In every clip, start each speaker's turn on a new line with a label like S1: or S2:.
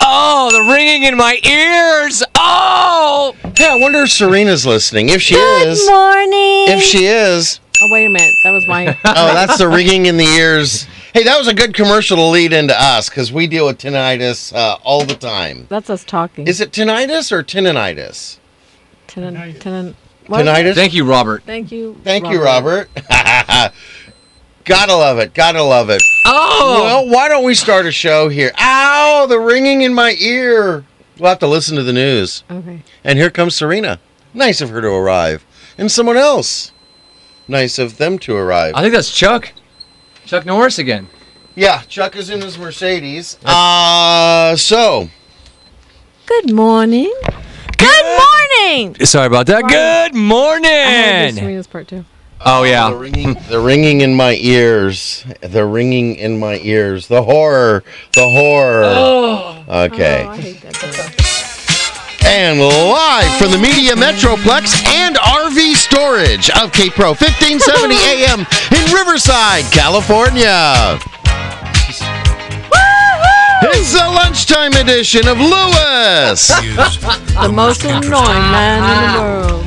S1: Oh, the ringing in my ears. Oh,
S2: Hey, I wonder if Serena's listening. If she
S3: Good
S2: is,
S3: morning.
S2: if she is,
S3: oh, wait a minute. That was my.
S2: oh, that's the ringing in the ears. Hey, that was a good commercial to lead into us because we deal with tinnitus uh, all the time.
S3: that's us talking.
S2: Is it tinnitus or tinnitus?
S3: Tenon, tenon, what?
S2: Tinnitus.
S1: thank you, Robert.
S3: Thank you.
S2: Thank you, Robert. gotta love it. Gotta love it.
S1: Oh,
S2: Well, why don't we start a show here? Ow, the ringing in my ear. We'll have to listen to the news.
S3: Okay.
S2: And here comes Serena. Nice of her to arrive. And someone else. Nice of them to arrive.
S1: I think that's Chuck. Chuck Norris again.
S2: Yeah, Chuck is in his Mercedes. Uh, so
S3: Good morning. Good morning.
S1: Sorry about that. Good
S3: I had to do
S1: morning.
S3: Serena's part too.
S1: Oh
S2: the
S1: yeah.
S2: ringing, the ringing in my ears, the ringing in my ears, the horror, the horror. Okay.
S3: Oh, I hate that. part.
S2: And live from the Media Metroplex and RV Storage of K Pro 1570 AM in Riverside, California. It's the lunchtime edition of Lewis.
S3: The most annoying man in the world.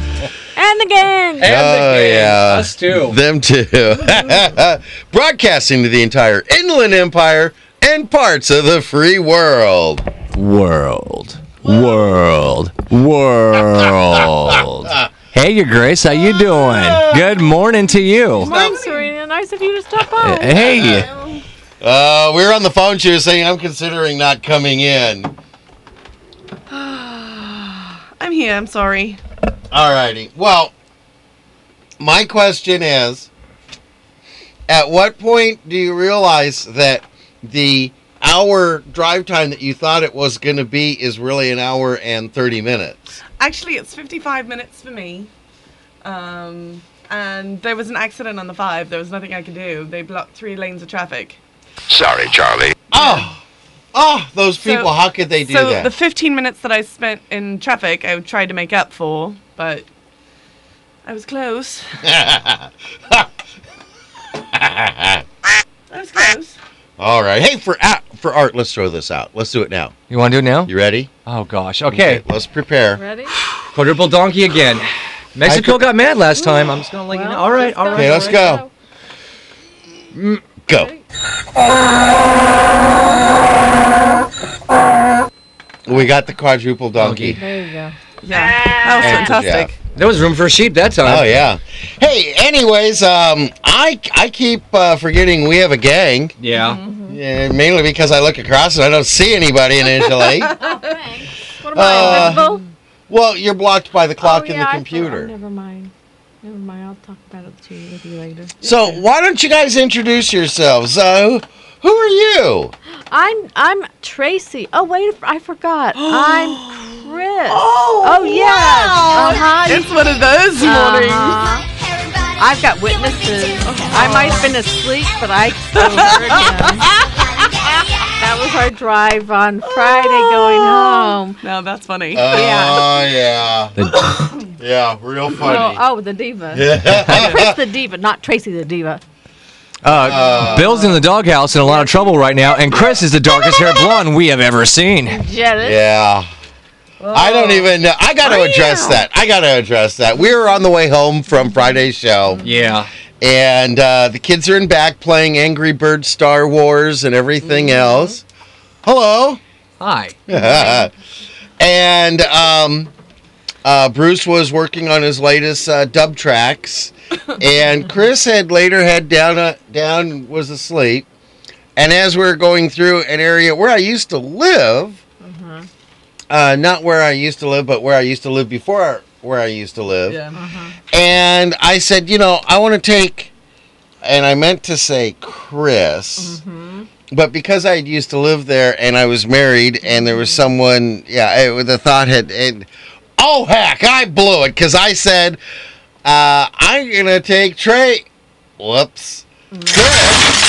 S3: And the gang.
S2: Oh, yeah.
S1: Us too.
S2: Them too. Broadcasting to the entire Inland Empire and parts of the free world.
S1: World. World. World. hey, your Grace. How you doing? Good morning to you.
S3: Morning, Serena. Nice of you to stop by.
S1: Hey.
S2: Uh, we were on the phone. She was saying, I'm considering not coming in.
S4: I'm here. I'm sorry.
S2: All righty. Well, my question is at what point do you realize that the hour drive time that you thought it was going to be is really an hour and 30 minutes?
S4: Actually, it's 55 minutes for me. Um, and there was an accident on the five. There was nothing I could do. They blocked three lanes of traffic.
S5: Sorry, Charlie.
S2: Oh, oh, those people.
S4: So-
S2: how could they do
S4: so
S2: that?
S4: the 15 minutes that I spent in traffic, I tried to make up for, but I was close. I was close.
S2: All right. Hey, for a for art, let's throw this out. Let's do it now.
S1: You want to do it now?
S2: You ready?
S1: Oh gosh. Okay.
S2: Let's prepare.
S3: Ready?
S1: Quadruple donkey again. Mexico
S2: I could-
S1: got mad last time. I'm just gonna let you know.
S3: Well,
S1: All right.
S3: let's
S1: All right.
S3: go.
S2: Okay, let's go. Go. We got the quadruple donkey.
S3: There you go.
S4: Yeah. That was
S2: And- yeah.
S4: fantastic.
S1: There was room for a sheep that time.
S2: Oh yeah. Hey. Anyways, um, I I keep uh, forgetting we have a gang.
S1: Yeah.
S3: Mm-hmm.
S2: Yeah, mainly because I look across and I don't see anybody in Angela.
S3: What am I, invisible?
S2: well, you're blocked by Oh, the clock and
S3: Uh, oh, yeah,
S2: the
S3: I thought-
S2: computer.
S3: oh, never mind. Never mind. I'll talk about it to you with you later.
S2: so why don't you guys introduce yourselves? Uh, who- who are you?
S3: I'm I'm Tracy. Oh wait, I forgot. I'm Chris. Oh, yes. Uh-huh.
S4: It's one of those mornings.
S3: Uh-huh. I've got witnesses. I might have been asleep, but I still heard him. that was our drive on Friday going home.
S4: No, that's funny.
S2: Oh
S3: Yeah.
S2: yeah. yeah, real
S3: Oh,
S2: funny.
S3: oh, the diva.
S2: Yeah.
S3: Chris the diva, not Tracy the diva.
S1: Uh, Bill's in the doghouse in a lot of trouble right now, and Chris is the darkest haired blonde we have ever seen.
S3: Jealous.
S2: Yeah. I don't even know. I got to address that. I got to address that. We were on the way home from Friday's show,
S1: Yeah.
S2: and uh, the kids are in back playing Angry Bird Star Wars and everything else. Hello.
S1: Hi.
S2: and um, uh, Bruce was working on his latest uh, dub tracks, and Chris had laid her head down, uh, down was asleep. And as we are going through an area where I used to live, uh, not where I used to live, but where I used to live before where I used to live,
S4: yeah.
S2: and I said, you know, I want to take, and I meant to say Chris, but because I used to live there and I was married, and there was someone, yeah, it, the thought had, it, oh heck, I blew it because I said, uh, I'm gonna take Trey. Whoops. Chris.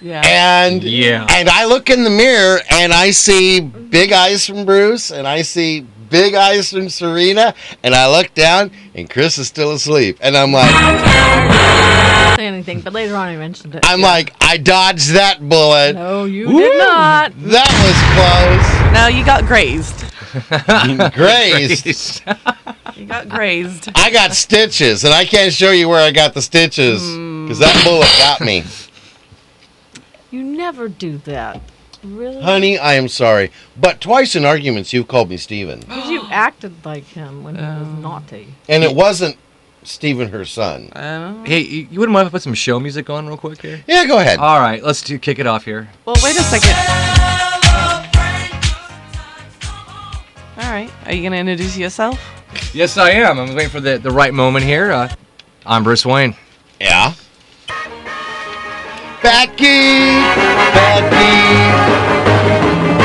S4: Yeah.
S2: And
S1: Yeah.
S2: and I look in the mirror and I see big eyes from Bruce and I see big eyes from Serena and I look down and Chris is still asleep and I'm like
S3: say anything, but later on I mentioned it.
S2: I'm like, I dodged that bullet.
S3: no, you did
S2: Woo!
S3: not.
S2: That
S6: No, you got grazed.
S2: was close. Grace,
S6: You got grazed.
S2: I got stitches, and I can't show you where I got the stitches because that bullet got me.
S3: You never do that. Really?
S2: Honey, I am sorry, but twice in arguments you've called me Steven,
S3: 'Cause you acted like him when he was naughty.
S2: and it wasn't Steven, her son.
S6: Um,
S7: Hey, you, you wouldn't mind if I put some show music on real quick here?
S2: Yeah, go ahead.
S7: All right, let's do kick it off here.
S6: well, wait a second. All right. Are you gonna introduce yourself?
S7: Yes, I am. I'm waiting for the, the right moment here. Uh, I'm Bruce Wayne.
S2: Yeah. Becky, Becky.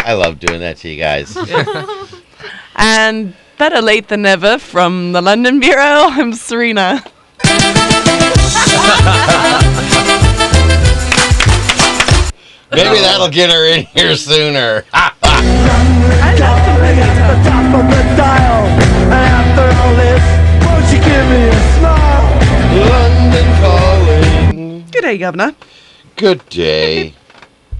S2: I love doing that to you guys.
S6: And better late than never from the London Bureau. I'm Serena.
S2: Maybe that'll get her in here sooner.
S5: top of the dial. And after all this, won't you give me a smile?
S2: London calling.
S6: Good day, Governor.
S2: Good day.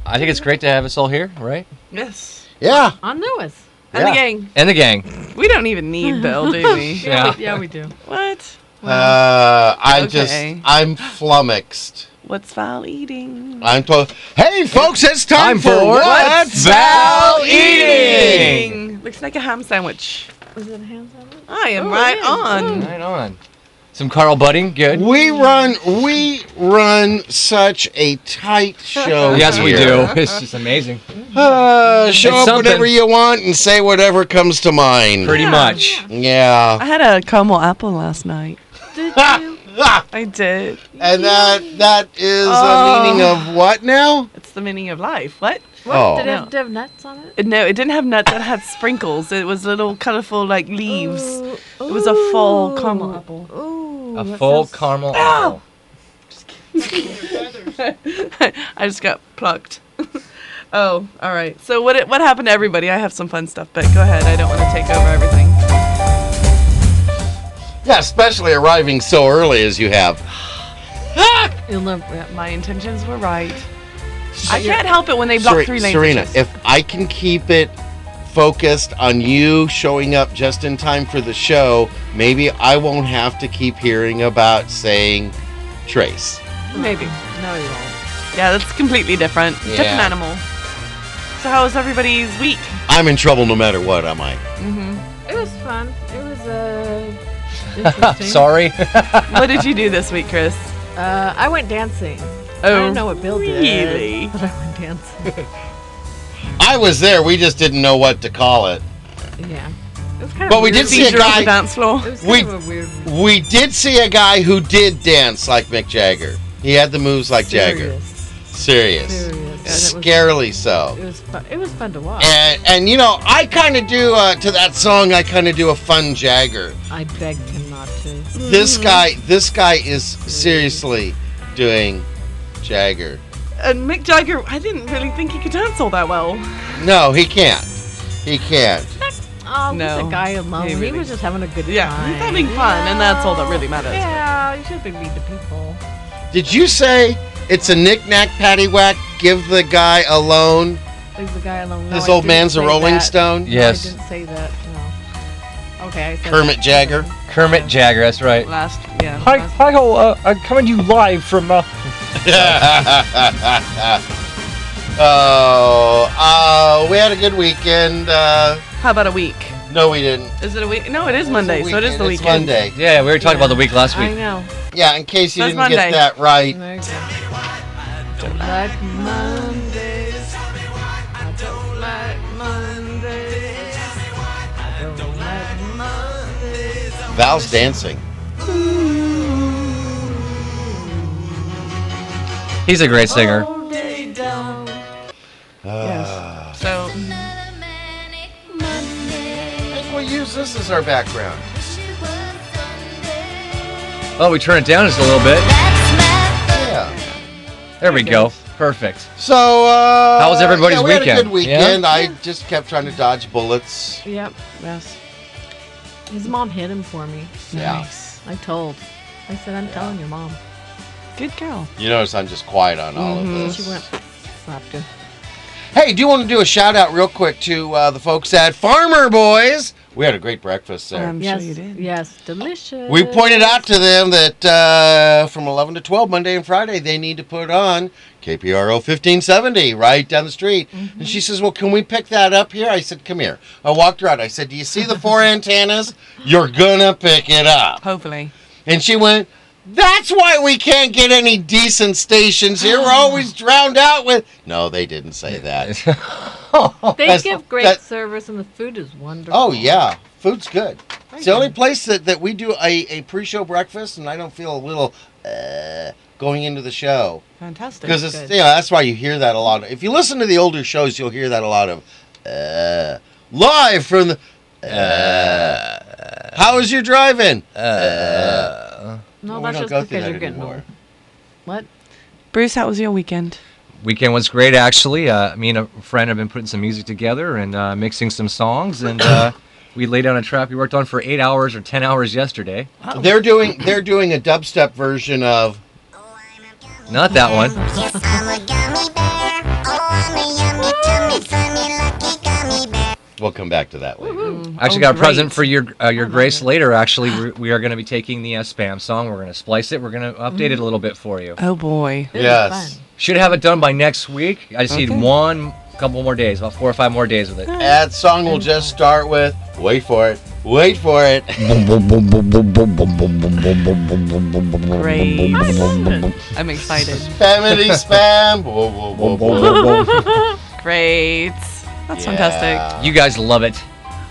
S7: I think it's great to have us all here, right?
S6: Yes.
S2: Yeah.
S3: On Lewis.
S6: And
S2: Yeah.
S6: the gang.
S7: And the gang.
S6: We don't even need Bill, do we?
S7: Yeah.
S3: Yeah, we do.
S6: what?
S2: Uh, I
S6: Okay.
S2: just, I'm flummoxed.
S6: What's Val eating?
S2: I'm told, hey folks, it's time, for What's Val Eating?
S6: Looks like a ham sandwich.
S3: Is it a hand sandwich?
S6: I am
S3: Oh,
S6: right
S3: yeah.
S6: on.
S7: Right on. Some Carl Budding, good.
S2: We run, we run such a tight show.
S7: Yes, we
S2: here.
S7: do. It's just amazing.
S2: Uh, show
S7: It's
S2: up
S7: something.
S2: whatever you want and say whatever comes to mind.
S7: Pretty
S6: Yeah.
S7: much.
S2: yeah.
S6: I had a caramel apple last night.
S3: Did you?
S2: Ah,
S6: I did.
S2: and that that is
S6: Oh.
S2: a meaning of what now?
S6: It's the meaning of life. What?
S3: What?
S2: Oh.
S3: Did it
S6: No.
S3: have, did it have nuts on it?
S6: Uh, No, it didn't have nuts. It had sprinkles. It was little colorful like leaves. It was a full caramel apple.
S3: Ooh,
S7: A
S3: that
S7: full
S3: sounds-
S7: caramel apple.
S6: I just got plucked. oh, all right. So what it, what happened to everybody? I have some fun stuff, but go ahead. I don't want to take over everything.
S2: Yeah, especially arriving so early as you have.
S3: You'll never-
S6: My intentions were right. I can't help it when they block
S2: Sere-
S6: three lanes.
S2: Serena,
S6: It's just-
S2: if I can keep it focused on you showing up just in time for the show, maybe I won't have to keep hearing about saying Trace.
S6: maybe.
S3: No, you won't.
S6: Yeah, that's completely different. Different
S2: Yeah.
S6: animal. So how was everybody's week?
S2: I'm in trouble no matter what, am I?
S3: It was fun. It was uh, interesting.
S7: Sorry.
S6: what did you do this week, Chris?
S3: Uh, I went dancing.
S6: Oh,
S3: I don't know what Bill
S6: really?
S3: did, but I went dancing.
S2: I was there, we just didn't know what to call it.
S3: yeah. It was kind of
S2: But we
S3: weird.
S2: did see a
S6: Seizure on the
S2: guy
S6: dance floor.
S3: It was
S2: we-
S3: kind of a weird.
S2: we did see a guy who did dance like Mick Jagger. He had the moves like Jagger.
S3: Serious.
S2: Serious.
S3: Serious. And it was-
S2: Scarily so.
S3: It was fun. It was fun to watch.
S2: And, and you know, I kind of do, uh, to that song, I kind of do a fun Jagger.
S3: I begged him not to.
S2: This guy, this guy is seriously doing Jagger.
S6: And Mick Jagger, I didn't really think he could dance all that well.
S2: No, he can't. He can't.
S3: Oh,
S6: No.
S3: no. a guy alone.
S6: He
S3: He,
S6: really-
S3: was just having a good
S6: Yeah,
S3: time.
S6: he's having fun, and that's all that really matters.
S3: Yeah, you should be mean to people.
S2: Did you say it's a knick-knack paddywhack? Give the guy a loan.
S3: Leave the guy alone. No,
S2: This
S3: I
S2: old
S3: didn't
S2: man's a
S3: say
S2: Rolling
S3: that.
S2: Stone.
S3: No,
S7: Yes.
S3: I didn't say that. No. Okay, I said
S2: Kermit Jagger.
S7: Kermit Jagger, that's right.
S6: Last, yeah.
S7: Hi,
S6: last-
S7: hi, ho, uh, I'm coming to you live from. Uh,
S2: oh, uh, we had a good weekend. Uh,
S6: How about a week?
S2: no, we didn't.
S6: Is it a week? No, it is
S2: It's a
S6: Monday, so it is
S2: weekend.
S6: the
S2: It's
S6: weekend.
S2: Monday.
S7: yeah, we were talking about the week last
S3: I
S7: week.
S3: know.
S2: Yeah, in case you
S6: That's
S2: didn't
S6: Monday.
S2: get that right.
S3: There you go. Don't like Mondays. I don't like Mondays. I don't like Mondays.
S2: Val's dancing.
S7: He's a great singer.
S3: Oh. All day down.
S2: Uh,
S3: Yes.
S2: use this as our background.
S1: Oh, we turn it down just a little bit.
S2: Yeah.
S1: There we go. Perfect.
S2: So, uh.
S1: How was everybody's
S2: yeah, we had a
S1: weekend?
S2: good weekend. I just kept trying to dodge bullets.
S3: Yep. Yes. His mom hit him for me.
S2: Yeah.
S3: I told. I said, I'm telling your mom.
S6: Good girl.
S2: You notice I'm just quiet on all of
S3: Mm-hmm. She
S2: this.
S3: went, slapped him.
S2: Hey, do you want to do a shout out real quick to uh, the folks at Farmer Boys? We had a great breakfast there.
S6: I'm
S3: yes.
S6: sure you did.
S3: Yes. Delicious.
S2: we pointed out to them that uh, from 11 to 12, Monday and Friday, they need to put on KPRO 1570 right down the street. And
S3: Mm-hmm.
S2: she says, Well, can we pick that up here? I said, Come here. I walked her out. I said, Do you see the four antennas? You're going to pick it up.
S6: Hopefully.
S2: And she went, That's why we can't get any decent stations here. We're always drowned out with. No, they didn't say that.
S3: They
S2: That's-
S3: give great
S2: that-
S3: service, and the food is wonderful.
S2: Oh, yeah. Food's good. It's the only place that, that we do a, a pre show breakfast, and I don't feel a little uh, going into the show.
S6: Fantastic.
S2: Because it's, you know, that's why you hear that a lot. If you listen to the older shows, you'll hear that a lot of uh, live from the. Uh, how was your driving? Uh,
S3: No,
S2: we
S3: that's
S2: don't
S3: just
S2: go
S3: because
S2: through that
S3: you're getting
S2: anymore.
S3: old. What?
S6: Bruce, how was your weekend?
S1: Weekend was great, actually. Uh, me and a friend have been putting some music together and uh, mixing some songs, and uh, we laid down a track we worked on for eight hours or ten hours yesterday.
S2: They're doing they're doing a dubstep version of
S1: Not that one.
S8: Yes, I'm a gummy bear. Oh, I'm a yummy, tummy, funny, lucky gummy bear.
S2: We'll come back to that later.
S3: Mm. Oh,
S1: Actually, got a present for your uh, your grace later. Actually, we're, we are going to be taking the uh, spam song. We're going to splice it. We're going to update it a little bit for you.
S6: Oh boy.
S3: It was
S2: Yes.
S3: fun.
S1: Should have it done by next week. I just need
S6: Okay.
S1: one couple more days, about four or five more days with it.
S2: That song will just start with wait for it. Wait for it.
S6: Great.
S3: Nice.
S6: I'm excited.
S2: Family spam. Whoa, whoa, whoa, whoa.
S6: Great. That's fantastic.
S2: Yeah.
S1: You guys love it.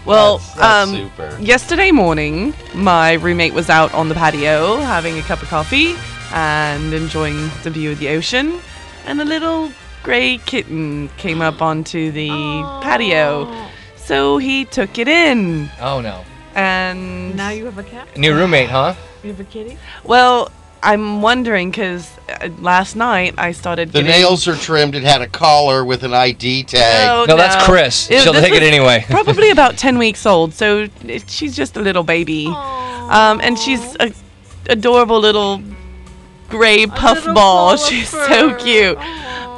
S6: Well,
S2: That's- that's
S6: um,
S2: super.
S6: yesterday morning, my roommate was out on the patio having a cup of coffee and enjoying the view of the ocean, and a little grey kitten came up onto the patio. So he took it in,
S1: Oh no,
S6: and
S3: Now you have a cat?
S1: new roommate, huh?
S3: You have a kitty?
S6: well, I'm wondering because last night I started
S2: The
S6: getting-
S2: nails are trimmed. It had a collar with an ID tag.
S6: Oh,
S1: no, that's Chris.
S6: Ew,
S1: She'll
S6: this
S1: take it
S6: was
S1: anyway.
S6: Probably about 10 weeks old, so it- she's just a little baby. Um, and she's a adorable little gray puff
S3: little ball
S6: ball.
S3: of
S6: She's
S3: fur.
S6: so cute.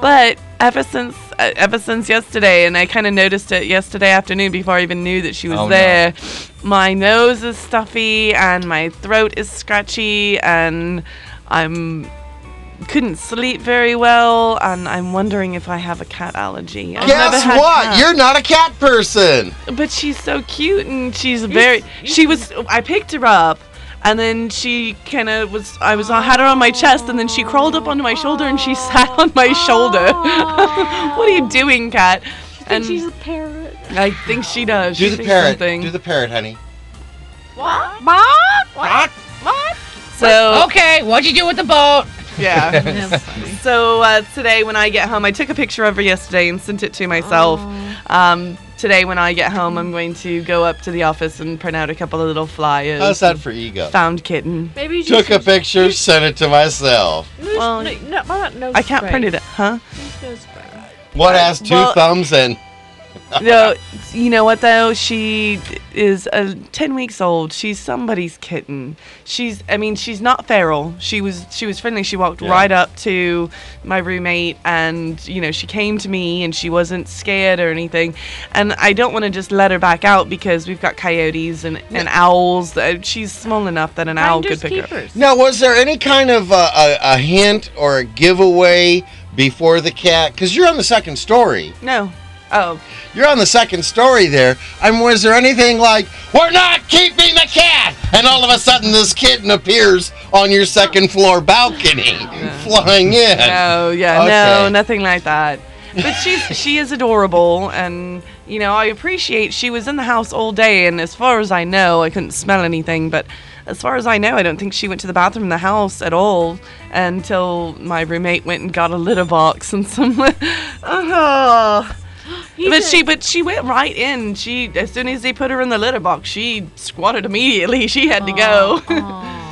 S6: But ever since uh, ever since yesterday, and I kind of noticed it yesterday afternoon before I even knew that she was
S1: Oh, no.
S6: there. My nose is stuffy and my throat is scratchy and I'm couldn't sleep very well and I'm wondering if I have a cat allergy. I've never
S2: Guess
S6: had
S2: what?
S6: cats.
S2: You're not a cat person.
S6: But she's so cute and she's very. She was. I picked her up. And then she kind of was. I was. I had her on my chest, and then she crawled up onto my shoulder and she sat on my shoulder. what are you doing, cat?
S3: And
S6: And
S3: she's a parrot.
S6: I think she does.
S2: Do
S6: she
S2: the
S6: thinks
S2: parrot.
S6: something.
S2: Do the parrot, honey.
S3: What?
S6: so
S9: Okay, what'd you do with the boat?
S3: Oh.
S6: yeah.
S3: Yes.
S6: So uh, today, when I get home, I took a picture of her yesterday and sent it to myself. Um, today, when I get home, I'm going to go up to the office and print out a couple of little flyers.
S2: How's that for ego?
S6: Found kitten.
S3: Maybe you
S2: Took a
S3: should-
S2: picture, sent it to myself.
S3: No,
S6: Well,
S3: no, no, not no
S6: I can't print it, huh?
S3: No spray.
S2: What has two
S6: Well-
S2: thumbs and
S6: no, you know what though? She is uh, ten weeks old. She's somebody's kitten. She's, I mean, she's not feral. She was, she was friendly. She walked
S2: Yeah.
S6: right up to my roommate, and you know, she came to me, and she wasn't scared or anything. And I don't want to just let her back out because we've got coyotes and, and owls. Uh, She's small enough that an owl could
S3: Finders
S6: pick her. up.
S3: keepers.
S2: Now, was there any kind of uh, a, a hint or a giveaway before the cat? Because you're on the second story.
S6: No. Oh,
S2: You're on the second story there. I mean, was there anything like, we're not keeping the cat? And all of a sudden, this kitten appears on your second floor balcony, flying in.
S6: No, yeah,
S2: Okay.
S6: no, nothing like that. But she's she is adorable, and you know I appreciate she was in the house all day, and as far as I know, I couldn't smell anything. But as far as I know, I don't think she went to the bathroom in the house at all until my roommate went and got a litter box and some. oh,
S10: He
S6: but
S10: did.
S6: she, but she went right in. She, as soon as they put her in the litter box, she squatted immediately. She had to go.
S10: Aw.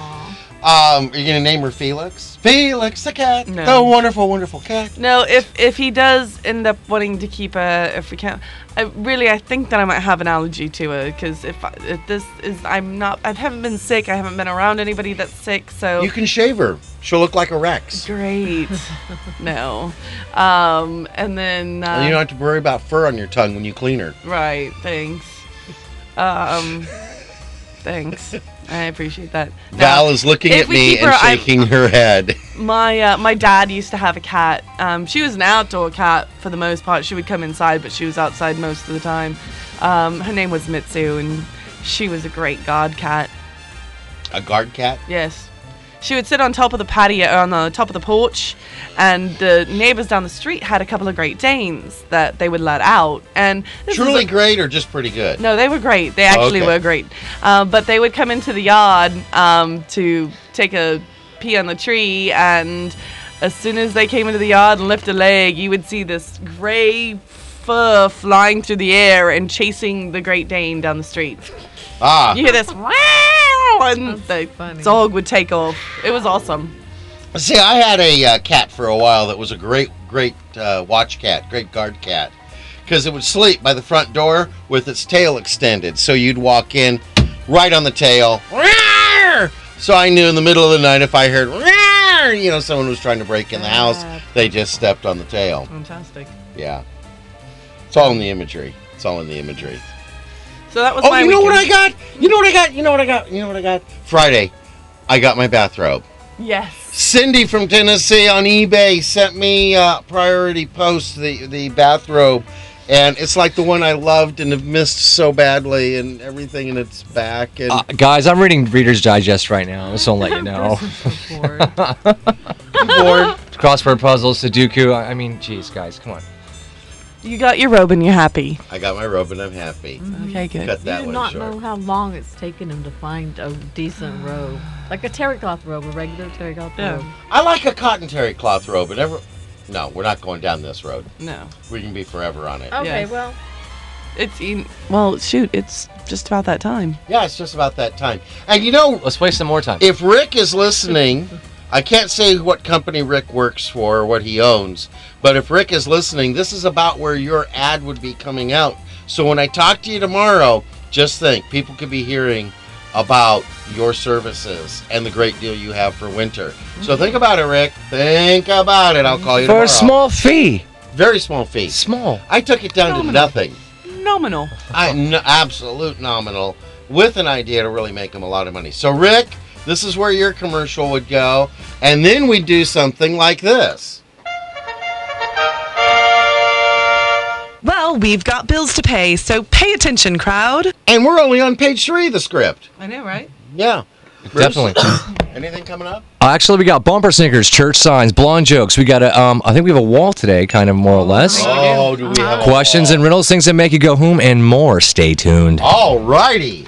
S2: Um, are you gonna name her Felix? Felix the cat.
S6: No.
S2: The wonderful, wonderful cat.
S6: No, if if he does end up wanting to keep a, if we can, I really I think that I might have an allergy to her because if, I- if this is I'm not I haven't been sick I haven't been around anybody that's sick so
S2: You can shave her. She'll look like a Rex.
S6: great no um and then uh,
S2: And you don't have to worry about fur on your tongue when you clean her.
S6: right thanks um thanks I appreciate that No.
S2: Val is looking
S6: If
S2: at
S6: we
S2: me
S6: keep
S2: and
S6: her, I-
S2: shaking her head.
S6: My uh, my dad used to have a cat. Um, she was an outdoor cat for the most part. She would come inside, but she was outside most of the time. Um, her name was Mitsu, and she was a great guard cat.
S2: A guard cat.
S6: Yes, she would sit on top of the patio, on the top of the porch, and the neighbors down the street had a couple of Great Danes that they would let out. And this was
S2: Truly
S6: a-
S2: great or just pretty good?
S6: no, they were great. They actually
S2: okay.
S6: were great. Um, but they would come into the yard um, to take a pee on the tree, and as soon as they came into the yard and lifted a leg, you would see this gray fur flying through the air and chasing the Great Dane down the street.
S2: Ah,
S6: You hear this wow, and the
S10: funny.
S6: dog would take off. It was awesome.
S2: See, I had a uh, cat for a while that was a great, great uh, watch cat, great guard cat, because it would sleep by the front door with its tail extended. So you'd walk in right on the tail. "Roar!" So I knew in the middle of the night if I heard, "Roar," you know, someone was trying to break in the house, they just stepped on the tail.
S6: Fantastic.
S2: Yeah. It's all in the imagery. It's all in the imagery.
S6: So that was
S2: Oh,
S6: my
S2: you know what I
S6: weekend.
S2: got? You know what I got? You know what I got? You know what I got? Friday, I got my bathrobe.
S6: Yes.
S2: Cindy from Tennessee on eBay sent me uh, priority post the the bathrobe, and it's like the one I loved and have missed so badly, and everything in its back. And
S7: Uh, guys, I'm reading Reader's Digest right now. Just don't let you know.
S2: board.
S7: Crossword puzzles, Sudoku. I I mean, geez, guys, come on.
S6: You got your robe and you're happy.
S2: I got my robe and I'm happy.
S6: Okay, good.
S2: Cut that
S10: you do
S2: one
S10: not
S2: short.
S10: know how long it's taken him to find a decent robe, like a terry cloth robe, a regular terry cloth
S6: Yeah.
S10: robe.
S2: I like a cotton terry cloth robe, and ever. No, we're not going down this road.
S6: No.
S2: We can be forever on it.
S10: Okay,
S6: Yes.
S10: well,
S6: It's in, well, shoot, it's just about that time.
S2: Yeah, it's just about that time. And you know,
S7: Let's play some more time.
S2: if Rick is listening, I can't say what company Rick works for or what he owns, but if Rick is listening, this is about where your ad would be coming out. So when I talk to you tomorrow, just think people could be hearing about your services and the great deal you have for winter. So think about it, Rick. Think about it. I'll call you
S7: For
S2: tomorrow.
S7: a small fee.
S2: very small fee.
S7: Small.
S2: I took it down to
S6: Phenomenal.
S2: nothing.
S6: Nominal.
S2: I n- absolute nominal with an idea to really make them a lot of money. So Rick, this is where your commercial would go, and then we do something like this.
S11: Well, we've got bills to pay, so pay attention, crowd.
S2: And we're only on page three of the script.
S6: I know, right?
S2: Yeah. Bruce,
S7: Definitely.
S2: Anything coming up?
S7: Uh, actually, we got bumper stickers, church signs, blonde jokes. We got a, um, I think we have a wall today, kind of more or less.
S2: Oh, do we have a
S7: Questions and riddles, things that make you go home, and more. Stay tuned.
S2: All righty.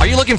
S7: Are you looking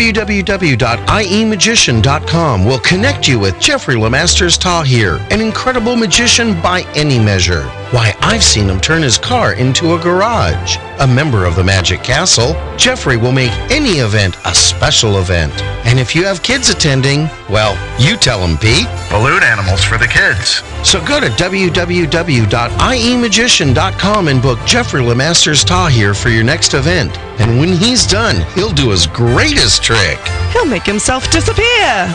S12: E
S2: www.iemagician.com will connect you with Jeffrey Lemasters Tahir, an incredible magician by any measure.
S12: Why, I've seen him turn his car into a garage. A member of the Magic Castle, Jeffrey will make any event a special event. And if you have kids attending, well, you tell them, Pete. Balloon animals for the kids. So go to E www.iemagician.com and book Jeffrey Lemasters Ta here for your next event. And when he's done, he'll do his greatest trick.
S11: He'll make himself disappear.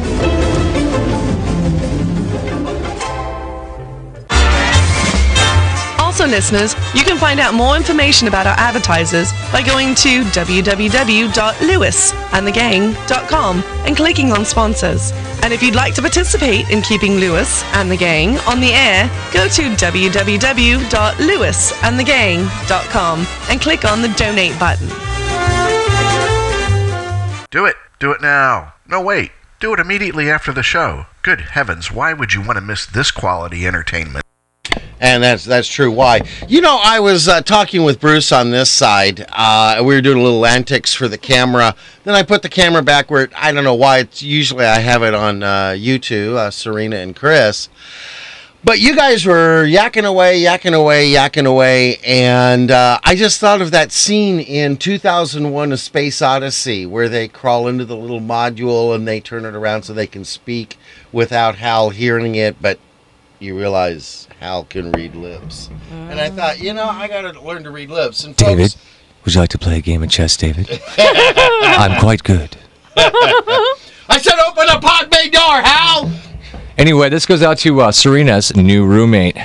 S11: Also, listeners, you can find out more information about our advertisers by going to www.lewisandthegang.com and clicking on sponsors. And if you'd like to participate in keeping Lewis and the Gang on the air, go to www.lewisandthegang.com and click on the donate button.
S13: Do it. Do it now. No, wait. Do it immediately after the show. Good heavens, why would you want to miss this quality entertainment?
S2: and that's that's true. Why? You know, I was uh, talking with Bruce on this side. Uh, we were doing little antics for the camera. Then I put the camera back where it, I don't know why. It's usually I have it on uh, you two, uh, Serena and Chris. But you guys were yakking away, yakking away, yakking away, and uh, I just thought of that scene in 2001: A Space Odyssey where they crawl into the little module and they turn it around so they can speak without Hal hearing it, but you realize Hal can read lips. And I thought, you know, I got to learn to read lips. And folks,
S7: David, would you like to play a game of chess, David? I'm quite good.
S2: I said, open the pod bay door, Hal.
S1: Anyway, this goes out to uh, Serena's new roommate.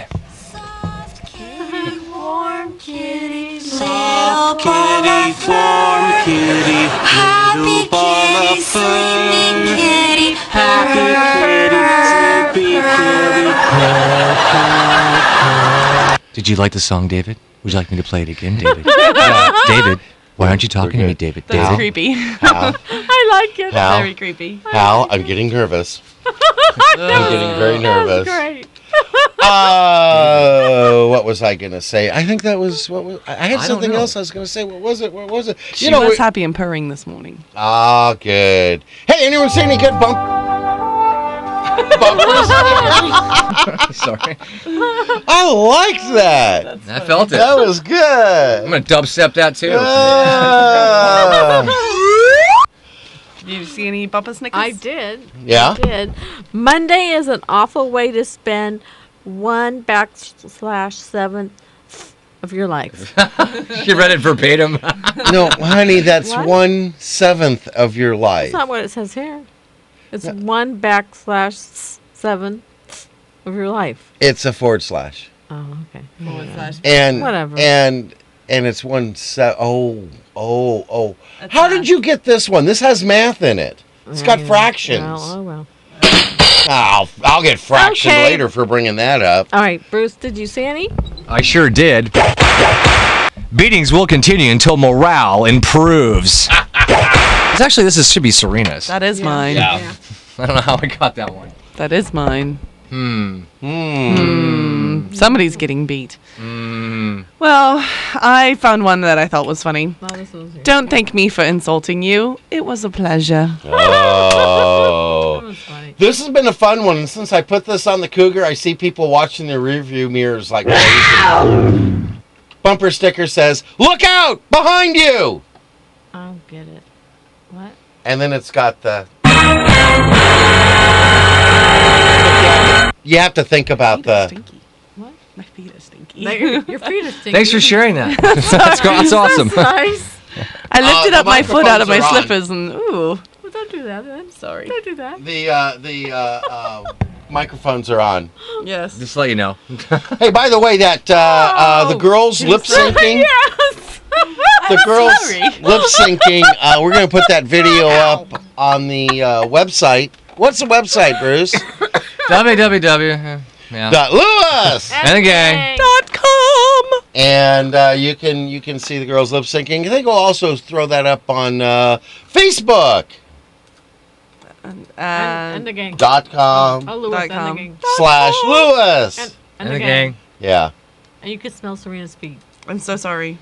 S5: Soft kitty, warm kitty, little ball of fur. Happy kitty, sleepy kitty.
S7: Did you like the song, David? Would you like me to play it again, David? Yeah, David, why aren't you talking to me, David?
S6: That's
S7: David?
S6: creepy.
S7: Hal?
S6: I like it.
S2: Hal?
S6: Very creepy.
S2: Hal, I'm getting nervous. I'm getting very nervous.
S6: Great.
S2: Oh, what was I gonna say? I think that was what was. I I had
S6: I don't
S2: something
S6: know.
S2: else I was gonna say. What was it? What was it?
S6: She was
S2: we-
S6: happy and purring this morning.
S2: Ah, good. Hey, anyone see any good bump?
S14: Sorry.
S2: I liked that.
S14: I felt it.
S2: That was good. Ah. I'm
S14: gonna dubstep that too.
S6: Did you see any bumper snickers?
S3: I did.
S14: Yeah?
S3: I did. Monday is an awful way to spend one backslash seventh of your life.
S14: she read it verbatim.
S2: no, honey, that's
S3: What?
S2: one seventh of your life.
S3: That's not what it says here. It's one backslash s- seven of your life.
S2: It's a forward slash.
S3: Oh, okay. Whatever.
S2: and
S3: whatever.
S2: and and it's one se- oh oh oh how did you get this one this has math in it it's got
S3: Yeah.
S2: fractions
S3: Mm, Well, oh well.
S2: I'll, I'll get fractioned
S3: Okay.
S2: later for bringing that up
S3: All right, Bruce. Did you see any?
S1: I sure did. Beatings will continue until morale improves. it's actually this is, should be Serena's.
S6: That is mine.
S1: Yeah. I don't know how I got that one.
S6: That is mine.
S1: Hmm.
S6: Hmm. Somebody's getting beat.
S1: Hmm.
S6: Well, I found one that I thought was funny.
S3: this one's
S6: Don't thank me for insulting you. It was a pleasure.
S2: oh this has been a fun one and since i put this on the cougar i see people watching their rearview mirrors like crazy. bumper sticker says look out behind you
S3: I don't get it. What?
S2: and then it's got the you have to think about
S1: Uh.
S2: the
S6: My feet are stinky.
S3: Now Your, your feet are stinky.
S1: Thanks for sharing that. that's, go- that's awesome.
S6: I lifted
S2: Uh,
S6: up
S2: the
S6: my foot out of my
S2: microphones are on.
S6: slippers and ooh.
S3: Well, don't do that. I'm sorry. Don't do that.
S2: The uh, the uh, uh, microphones are on.
S6: Yes.
S1: Just let you know.
S2: Hey, by the way, that uh, uh, the girls lip syncing,
S3: yes.
S2: the girls lip syncing. Uh, we're gonna put that video up on the uh, website. What's the website, Bruce?
S14: www. Yeah.
S2: dot Lewis
S14: And the gang.
S2: dot com. And uh, you can you can see the girls lip syncing. I think we'll also throw that up on uh, Facebook
S3: and, and the gang.
S2: dot com
S3: Oh, Lewis
S6: Dot
S3: and
S6: com.
S3: the gang.
S2: slash Lewis.
S3: And, and, the gang.
S2: Yeah.
S3: And you could smell Serena's feet.
S6: I'm so sorry.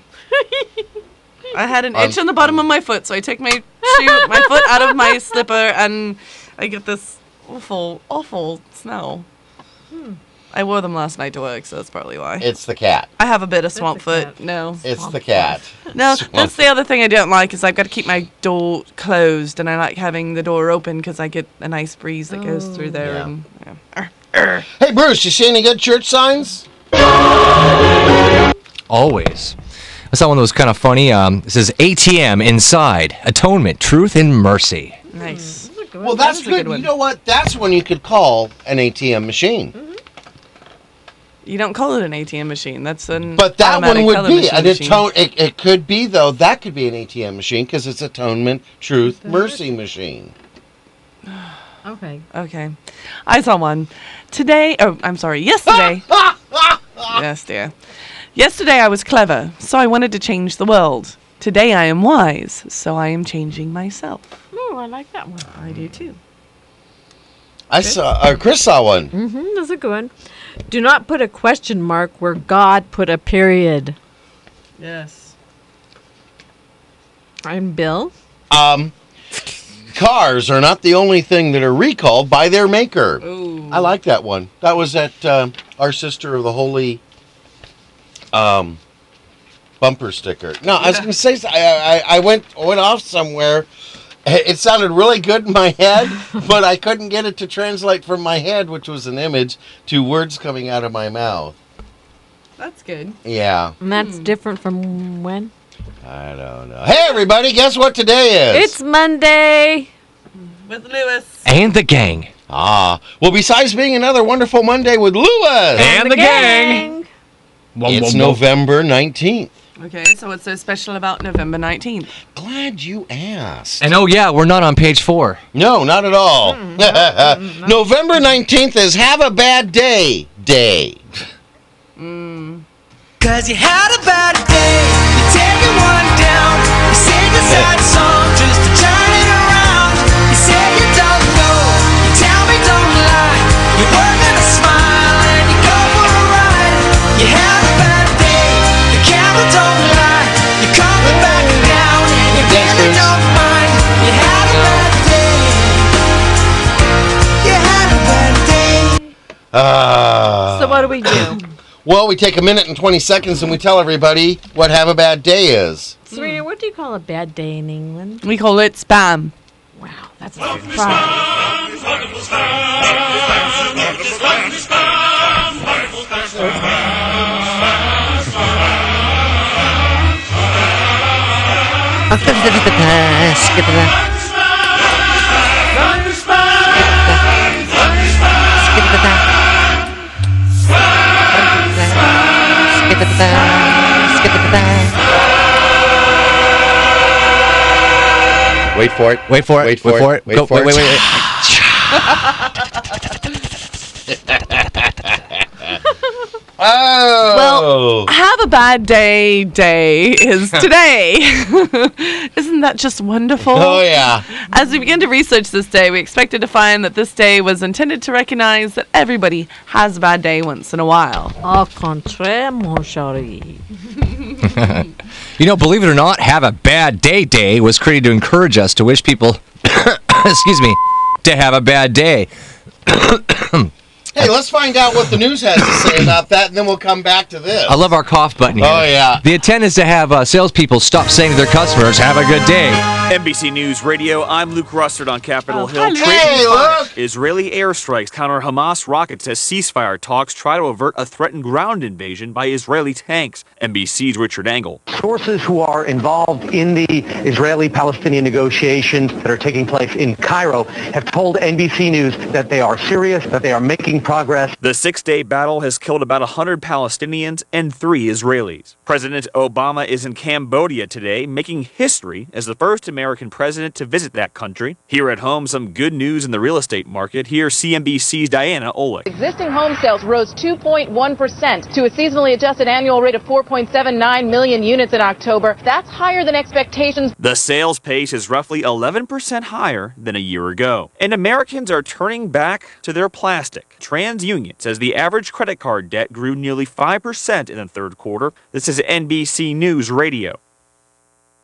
S6: I had an
S2: Um,
S6: itch on the bottom of my foot, so I took my shoe, my foot out of my slipper, and I get this awful, awful smell. I wore them last night to work, so that's probably why.
S2: It's the cat.
S6: I have a bit of swamp foot. No.
S2: It's the cat.
S6: No,
S2: Swamp
S6: that's the other thing I don't like is I've got to keep my door closed, and I like having the door open because I get a nice breeze that goes through there.
S2: Yeah.
S6: And,
S2: Hey Bruce, you see any good church signs?
S1: Always. I saw one that was kind of funny. Um, it says ATM inside, atonement, truth, and mercy.
S6: nice.
S2: Well, that's
S6: That is a
S2: good.
S6: good one.
S2: You know what? That's when you could call an ATM machine.
S6: Mm-hmm. You don't call it an ATM machine. That's an
S2: But that one
S6: automatic
S2: would
S6: teller
S2: be
S6: machine
S2: an
S6: machine.
S2: atone. It, it could be though. That could be an ATM machine because it's atonement, truth, mercy machine.
S3: Okay.
S6: Okay. I saw one today. Oh, I'm sorry. Yesterday. yes, dear. Yesterday I was clever, so I wanted to change the world. Today I am wise, so I am changing myself.
S3: Oh, I like that one. I do too.
S2: I saw. Uh, Chris saw one.
S3: Mm-hmm. That's a good one. Do not put a question mark where God put a period.
S4: Yes.
S3: I'm Bill.
S2: Um, cars are not the only thing that are recalled by their maker. I like that one. That was at um our sister of the holy um, bumper sticker. No, I was going to say so- I, I, I went went off somewhere. It sounded really good in my head, but I couldn't get it to translate from my head, which was an image, to words coming out of my mouth.
S4: That's good.
S2: Yeah,
S3: And that's different from when?
S2: I don't know. Hey, everybody, guess what today is?
S3: It's Monday.
S4: With Lewis.
S1: And the gang.
S2: Ah, well, besides being another wonderful Monday with Lewis
S1: And the gang.
S2: it's
S1: wum, wum.
S2: November 19th.
S6: Okay, so what's so special about November 19th?
S2: Glad you asked.
S1: And oh, yeah, we're not on page four.
S2: No, not at all. November 19th is Have a Bad Day Day.
S5: Cause you had a bad day, you take it one down, you sing a sad song just to turn it around. You say you don't know, you tell me don't lie, you work on a smile and you go for a ride. You had a bad day, the camera don't lie, you're coming back down and you really don't mind. You had a bad day, you had a bad day.
S2: Ah.
S3: so what do we do?
S2: Well, we take a minute and 20 seconds and we tell everybody what Have a Bad Day is.
S3: Serena, what do you call a bad day in England?
S6: We call it spam.
S3: Wow, that's a surprise.
S2: Wait for it.
S1: Wait for it.
S2: Wait for it. Wait
S1: Go-
S2: for
S1: wait, wait,
S2: it.
S1: wait, wait.
S2: oh.
S6: Have a bad day day is today. Isn't that just wonderful?
S2: oh, yeah.
S6: As we begin to research this day, we expected to find that this day was intended to recognize that everybody has a bad day once in a while.
S3: Au contraire, mon chéri.
S1: You know, believe it or not, Have a Bad Day Day was created to encourage us to wish people, excuse me, to have a bad day.
S2: Hey, let's find out what the news has to say about that and then we'll come back to this.
S1: I love our cough button here.
S2: Oh, yeah.
S1: The intent is to have uh, salespeople stop saying to their customers, have a good day.
S15: NBC News Radio, I'm Luke Russert on Capitol Hill.
S2: hi, Luke.
S15: Trading
S2: Hey,
S15: fire.
S2: Luke.
S15: Israeli airstrikes counter Hamas rockets as ceasefire talks try to avert a threatened ground invasion by Israeli tanks. NBC's Richard Engel.
S16: Sources who are involved in the Israeli-Palestinian negotiations that are taking place in Cairo have told NBC News that they are serious, that they are making progress.
S15: The six day battle has killed about 100 Palestinians and three Israelis. President Obama is in Cambodia today, making history as the first American president to visit that country. Here at home, some good news in the real estate market. Here, CNBC's Diana Olick.
S17: Existing home sales rose 2.1% to a seasonally adjusted annual rate of 4.79 million units in October. That's higher than expectations.
S15: The sales pace is roughly 11% higher than a year ago. And Americans are turning back to their plastic. TransUnion says the average credit card debt grew nearly 5% in the third quarter. This is NBC News Radio.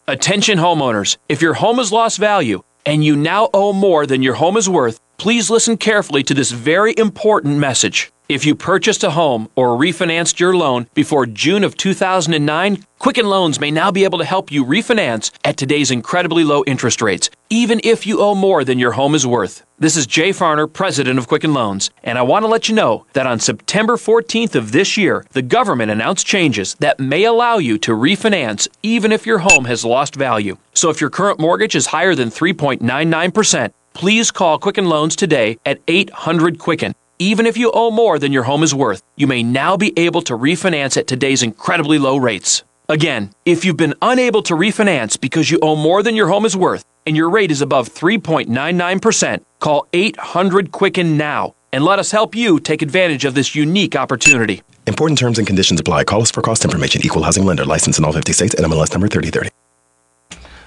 S18: Attention homeowners, if your home has lost value and you now owe more than your home is worth, please listen carefully to this very important message. If you purchased a home or refinanced your loan before June of 2009, Quicken Loans may now be able to help you refinance at today's incredibly low interest rates, even if you owe more than your home is worth. This is Jay Farner, president of Quicken Loans, and I want to let you know that on September 14th of this year, the government announced changes that may allow you to refinance even if your home has lost value. So if your current mortgage is higher than 3.99%, please call Quicken Loans today at 800 Quicken. Even if you owe more than your home is worth, you may now be able to refinance at today's incredibly low rates. Again, if you've been unable to refinance because you owe more than your home is worth and your rate is above 3.99%, call 800 Quicken now and let us help you take advantage of this unique opportunity.
S19: Important terms and conditions apply. Call us for cost information. Equal housing lender. License in all 50 states. NMLS number 3030.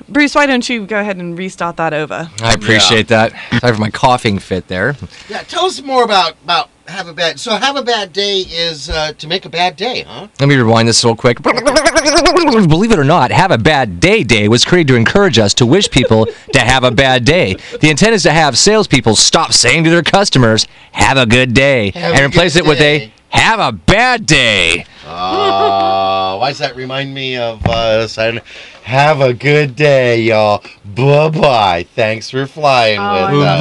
S6: Bruce, why don't you go ahead and restart that over?
S14: I appreciate that. Sorry for my coughing fit there.
S2: Yeah, tell us more about about have a bad. So have a bad day is uh, to make a bad day, huh?
S14: Let me rewind this real quick.
S7: Believe it or not, Have a Bad Day Day was created to encourage us to wish people to have a bad day. The intent is to have salespeople stop saying to their customers, have a good day,
S2: Have
S7: and
S2: a
S7: replace
S2: good
S7: it with
S2: day.
S7: a have a bad day.
S2: Uh, why does that remind me of uh, Saturday? Have a good day, y'all. Bye bye. Thanks for flying
S5: Oh,
S2: with us.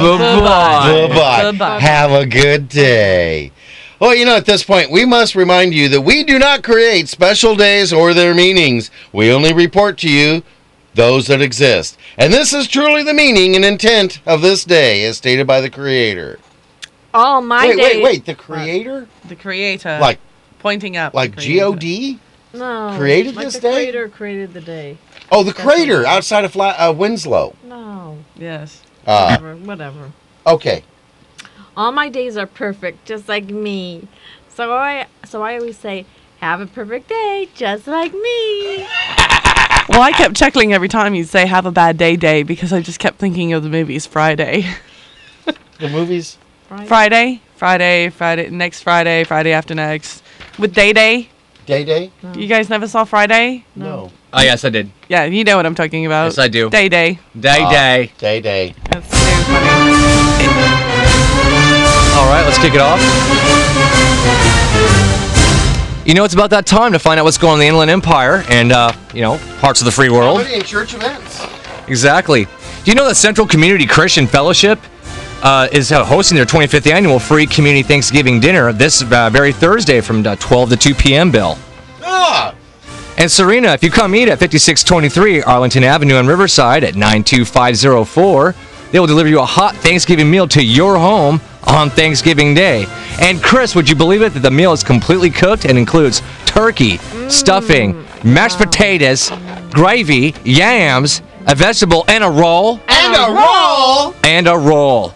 S2: Bye
S5: Bye-bye. Bye-bye.
S2: bye. Have a good day. Well, you know, at this point, we must remind you that we do not create special days or their meanings. We only report to you those that exist. And this is truly the meaning and intent of this day, as stated by the Creator.
S3: All my
S2: Wait, wait,
S3: days.
S2: wait, the creator?
S6: Uh, The creator.
S2: Like-
S6: pointing up.
S2: Like
S6: the creator.
S2: G-O-D?
S3: No.
S2: Created
S3: like
S2: this
S3: the
S2: day?
S3: Creator created the day.
S2: Oh, the crater outside of Fla- uh, Winslow.
S3: No.
S6: Yes.
S2: Uh,
S3: whatever. Whatever.
S2: Okay.
S3: All my days are perfect, just like me. So I so I always say, have a perfect day, just like me.
S6: Well, I kept chuckling every time you'd say "Have a bad day, day" because I just kept thinking of the movies Friday,
S2: The movies.
S6: Friday, Friday, Friday, next Friday, Friday after next, with Day Day.
S2: Day Day.
S6: You guys never saw Friday?
S2: No.
S14: Oh, yes, I did.
S6: Yeah, you know what I'm talking about.
S14: Yes, I do.
S6: Day Day.
S14: Day day.
S2: Day day.
S7: All right, let's kick it off. You know, it's about that time to find out what's going on in the Inland Empire and, uh, you know, parts of the free world.
S2: Comedy and church events.
S7: Exactly. Do you know that Central Community Christian Fellowship uh, is uh, hosting their 25th annual free community Thanksgiving dinner this uh, very Thursday from uh, 12 to 2 p.m. Bill.
S2: Ah,
S7: And Serena, if you come eat at 5623 Arlington Avenue in Riverside at 92504, they will deliver you a hot Thanksgiving meal to your home on Thanksgiving Day. And Chris, would you believe it that the meal is completely cooked and includes turkey,
S2: Mm.
S7: stuffing, mashed potatoes, gravy, yams, a vegetable, and a roll?
S2: and a roll.
S7: and a roll.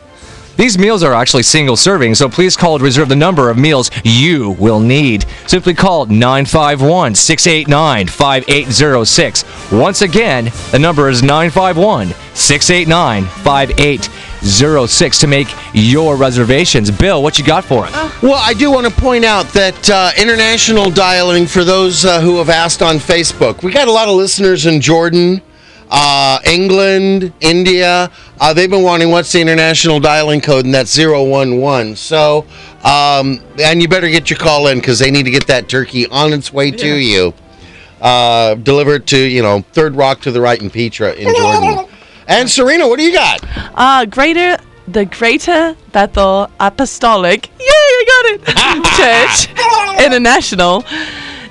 S7: These meals are actually single serving, so please call to reserve the number of meals you will need. Simply call 951 689 5806. Once again, the number is 951 689 5806 to make your reservations. Bill, what you got for us?
S2: Well, I do want to point out that uh, international dialing for those uh, who have asked on Facebook, we got a lot of listeners in Jordan, uh, England, India. Uh, they've been wanting what's the international dialing code, and that's 011. So, um, and you better get your call in because they need to get that turkey on its way to you. Uh, deliver it to, you know, Third Rock to the right in Petra in Jordan. And Serena, what do you got?
S6: Uh, greater the Greater Bethel Apostolic. Yay, I got it. Church International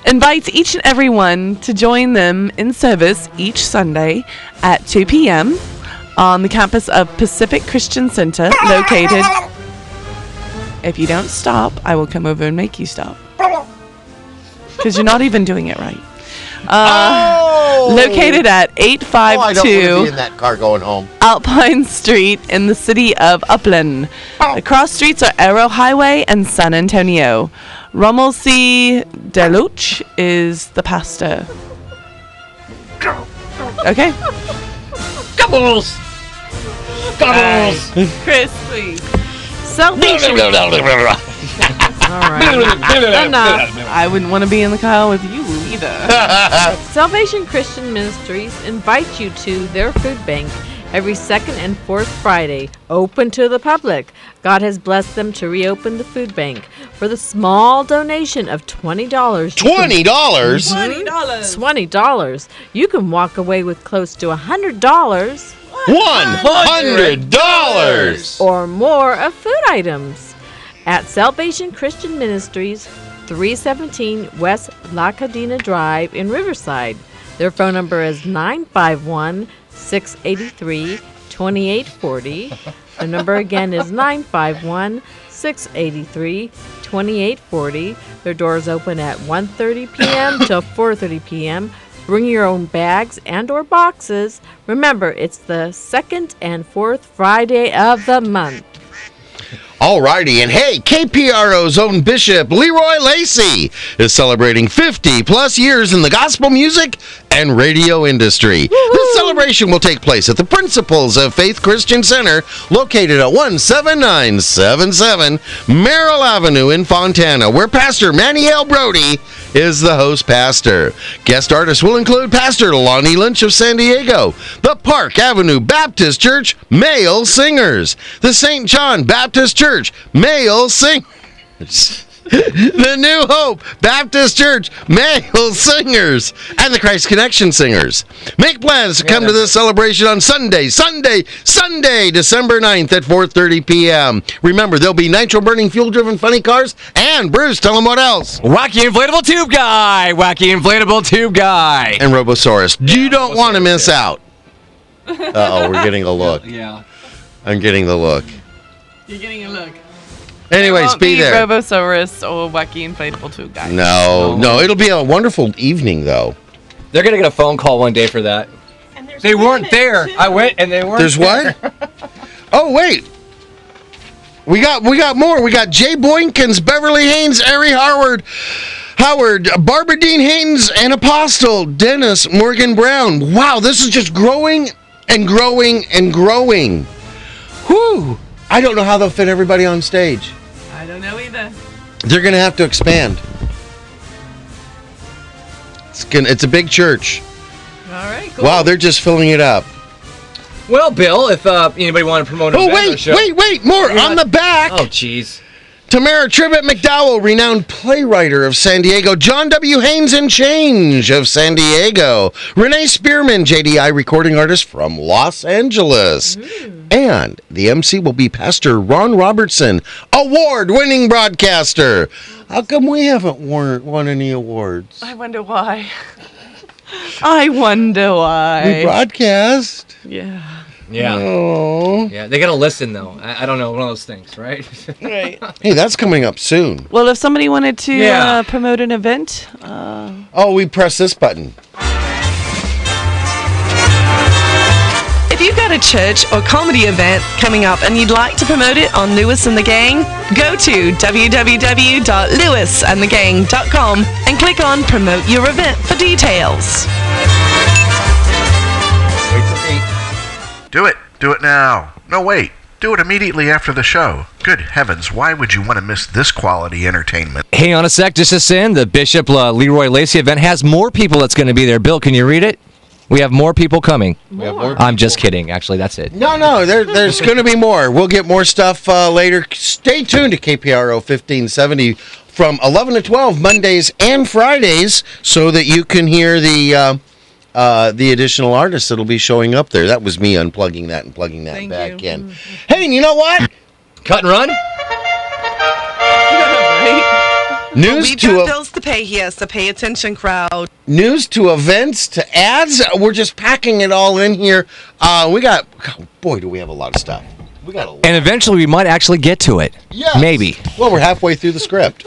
S6: invites each and everyone to join them in service each Sunday at 2 p.m. on the campus of Pacific Christian Center, located If you don't stop, I will come over and make you stop. Because you're not even doing it right. Uh, Located at
S20: Oh, I don't want to be
S6: 852
S20: in that car going home.
S6: Alpine Street in the city of Upland. The cross streets are Arrow Highway and San Antonio. Rommel C. Deluch is the pastor. Okay.
S21: Gobbles! Gobbles!
S6: Chris, please. Selfish.
S3: I'm not.
S6: I wouldn't want to be in the car with you either.
S3: Salvation Christian Ministries invite you to their food bank every second and fourth Friday, open to the public. God has blessed them to reopen the food bank for the small donation of $20.
S20: $20?
S3: $20. $20. You can walk away with close to $100.
S20: $100.
S3: or more of food items at Salvation Christian Ministries, 317 West La Cadena Drive in Riverside. Their phone number is 951 683 2840. The number again is 951 683 2840. Their doors open at 1:30 p.m. till 4:30 p.m. Bring your own bags and or boxes. Remember, it's the second and fourth Friday of the month.
S2: Alrighty, and hey, KPRO's own bishop, Leroy Lacey, is celebrating 50 plus years in the gospel music and radio industry. This celebration will take place at the Principles of Faith Christian Center, located at 17977 Merrill Avenue in Fontana, where Pastor Manny L. Brody is the host pastor. Guest artists will include Pastor Lonnie Lynch of San Diego, the Park Avenue Baptist Church male singers, the St. John Baptist Church male singers. the New Hope Baptist Church male singers and the Christ Connection singers. Make plans to come to this celebration on Sunday, Sunday, Sunday, December 9th at 4:30 p.m. Remember, there'll be nitro burning fuel driven funny cars and Bruce, tell them what else.
S7: Wacky inflatable tube guy. Wacky inflatable tube guy.
S2: And Robosaurus. You don't want to miss out. Uh-oh, we're getting a look.
S6: Yeah.
S2: I'm getting the look.
S6: You're getting a look.
S2: Anyways, be there.
S6: Robosaurus or wacky inflatable tube guy.
S2: No, no, it'll be a wonderful evening though.
S7: They're gonna get a phone call one day for that. They weren't there. I went and they weren't.
S2: There's
S7: there.
S2: what? oh wait. We got we got more. We got Jay Boykins, Beverly Haynes, Ari Howard, Howard, Barbara Dean Haynes, and Apostle Dennis Morgan Brown. Wow, this is just growing and growing and growing. Whew! I don't know how they'll fit everybody on stage.
S6: I don't know either.
S2: They're gonna have to expand. It's gonna, it's a big church.
S6: All right.
S2: Wow, they're just filling it up.
S7: Well, Bill, if uh, anybody want to promote an
S2: Oh,
S7: event or
S2: wait,
S7: show-
S2: wait, wait, more
S7: You're
S2: on
S7: not-
S2: the back.
S7: Oh, jeez.
S2: Tamara Tribbett McDowell, renowned playwright of San Diego. John W. Haynes and Change of San Diego. Renee Spearman, JDI recording artist from Los Angeles. And the MC will be Pastor Ron Robertson, award winning broadcaster. How come we haven't won, won any awards?
S6: I wonder why. I wonder why.
S2: We broadcast.
S6: yeah.
S7: Yeah. Yeah, they gotta listen though. I, I don't know, one of those things, right?
S6: Right.
S2: Hey, that's coming up soon.
S6: Well, if somebody wanted to
S2: Yeah.
S6: uh, promote an event, uh,
S2: Oh, we press this button.
S11: If you've got a church or comedy event coming up and you'd like to promote it on Lewis and the Gang, go to www.lewisandthegang.com and click on Promote Your Event for details.
S13: Do it. Do it now. No, wait. Do it immediately after the show. Good heavens, why would you want to miss this quality entertainment?
S7: hey, on a sec, just this in, the Bishop uh, Leroy Lacey event has more people that's gonna be there. Bill, can you read it? We have more people coming. We have more I'm just kidding. Actually, that's it.
S2: No, no, there, there's going to be more. We'll get more stuff uh, later. Stay tuned to KPRO 1570 from 11 to 12 Mondays and Fridays, so that you can hear the uh, uh, the additional artists that'll be showing up there. That was me unplugging that and plugging that back in. Hey, and you know what?
S7: Cut and run.
S2: News
S11: We've
S2: to
S11: got
S2: a
S11: bills to pay here, so pay attention, crowd.
S2: news to events to oh, ads. We're just packing it all in here. Uh, we got, boy, do we have a lot of stuff.
S18: We got a
S7: And eventually we might actually get to it.
S18: Yes.
S7: Maybe.
S18: Well, we're halfway through the script.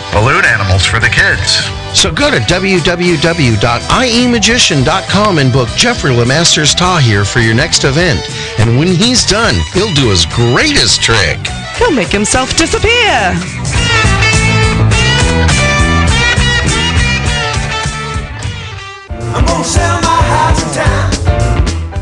S13: Balloon animals for the kids.
S2: So go to E www.iemagician.com and book Jeffrey Lemasters Tahir for your next event. And when he's done, he'll do his greatest trick.
S11: He'll make himself disappear.
S5: I'm gonna sell my house in town.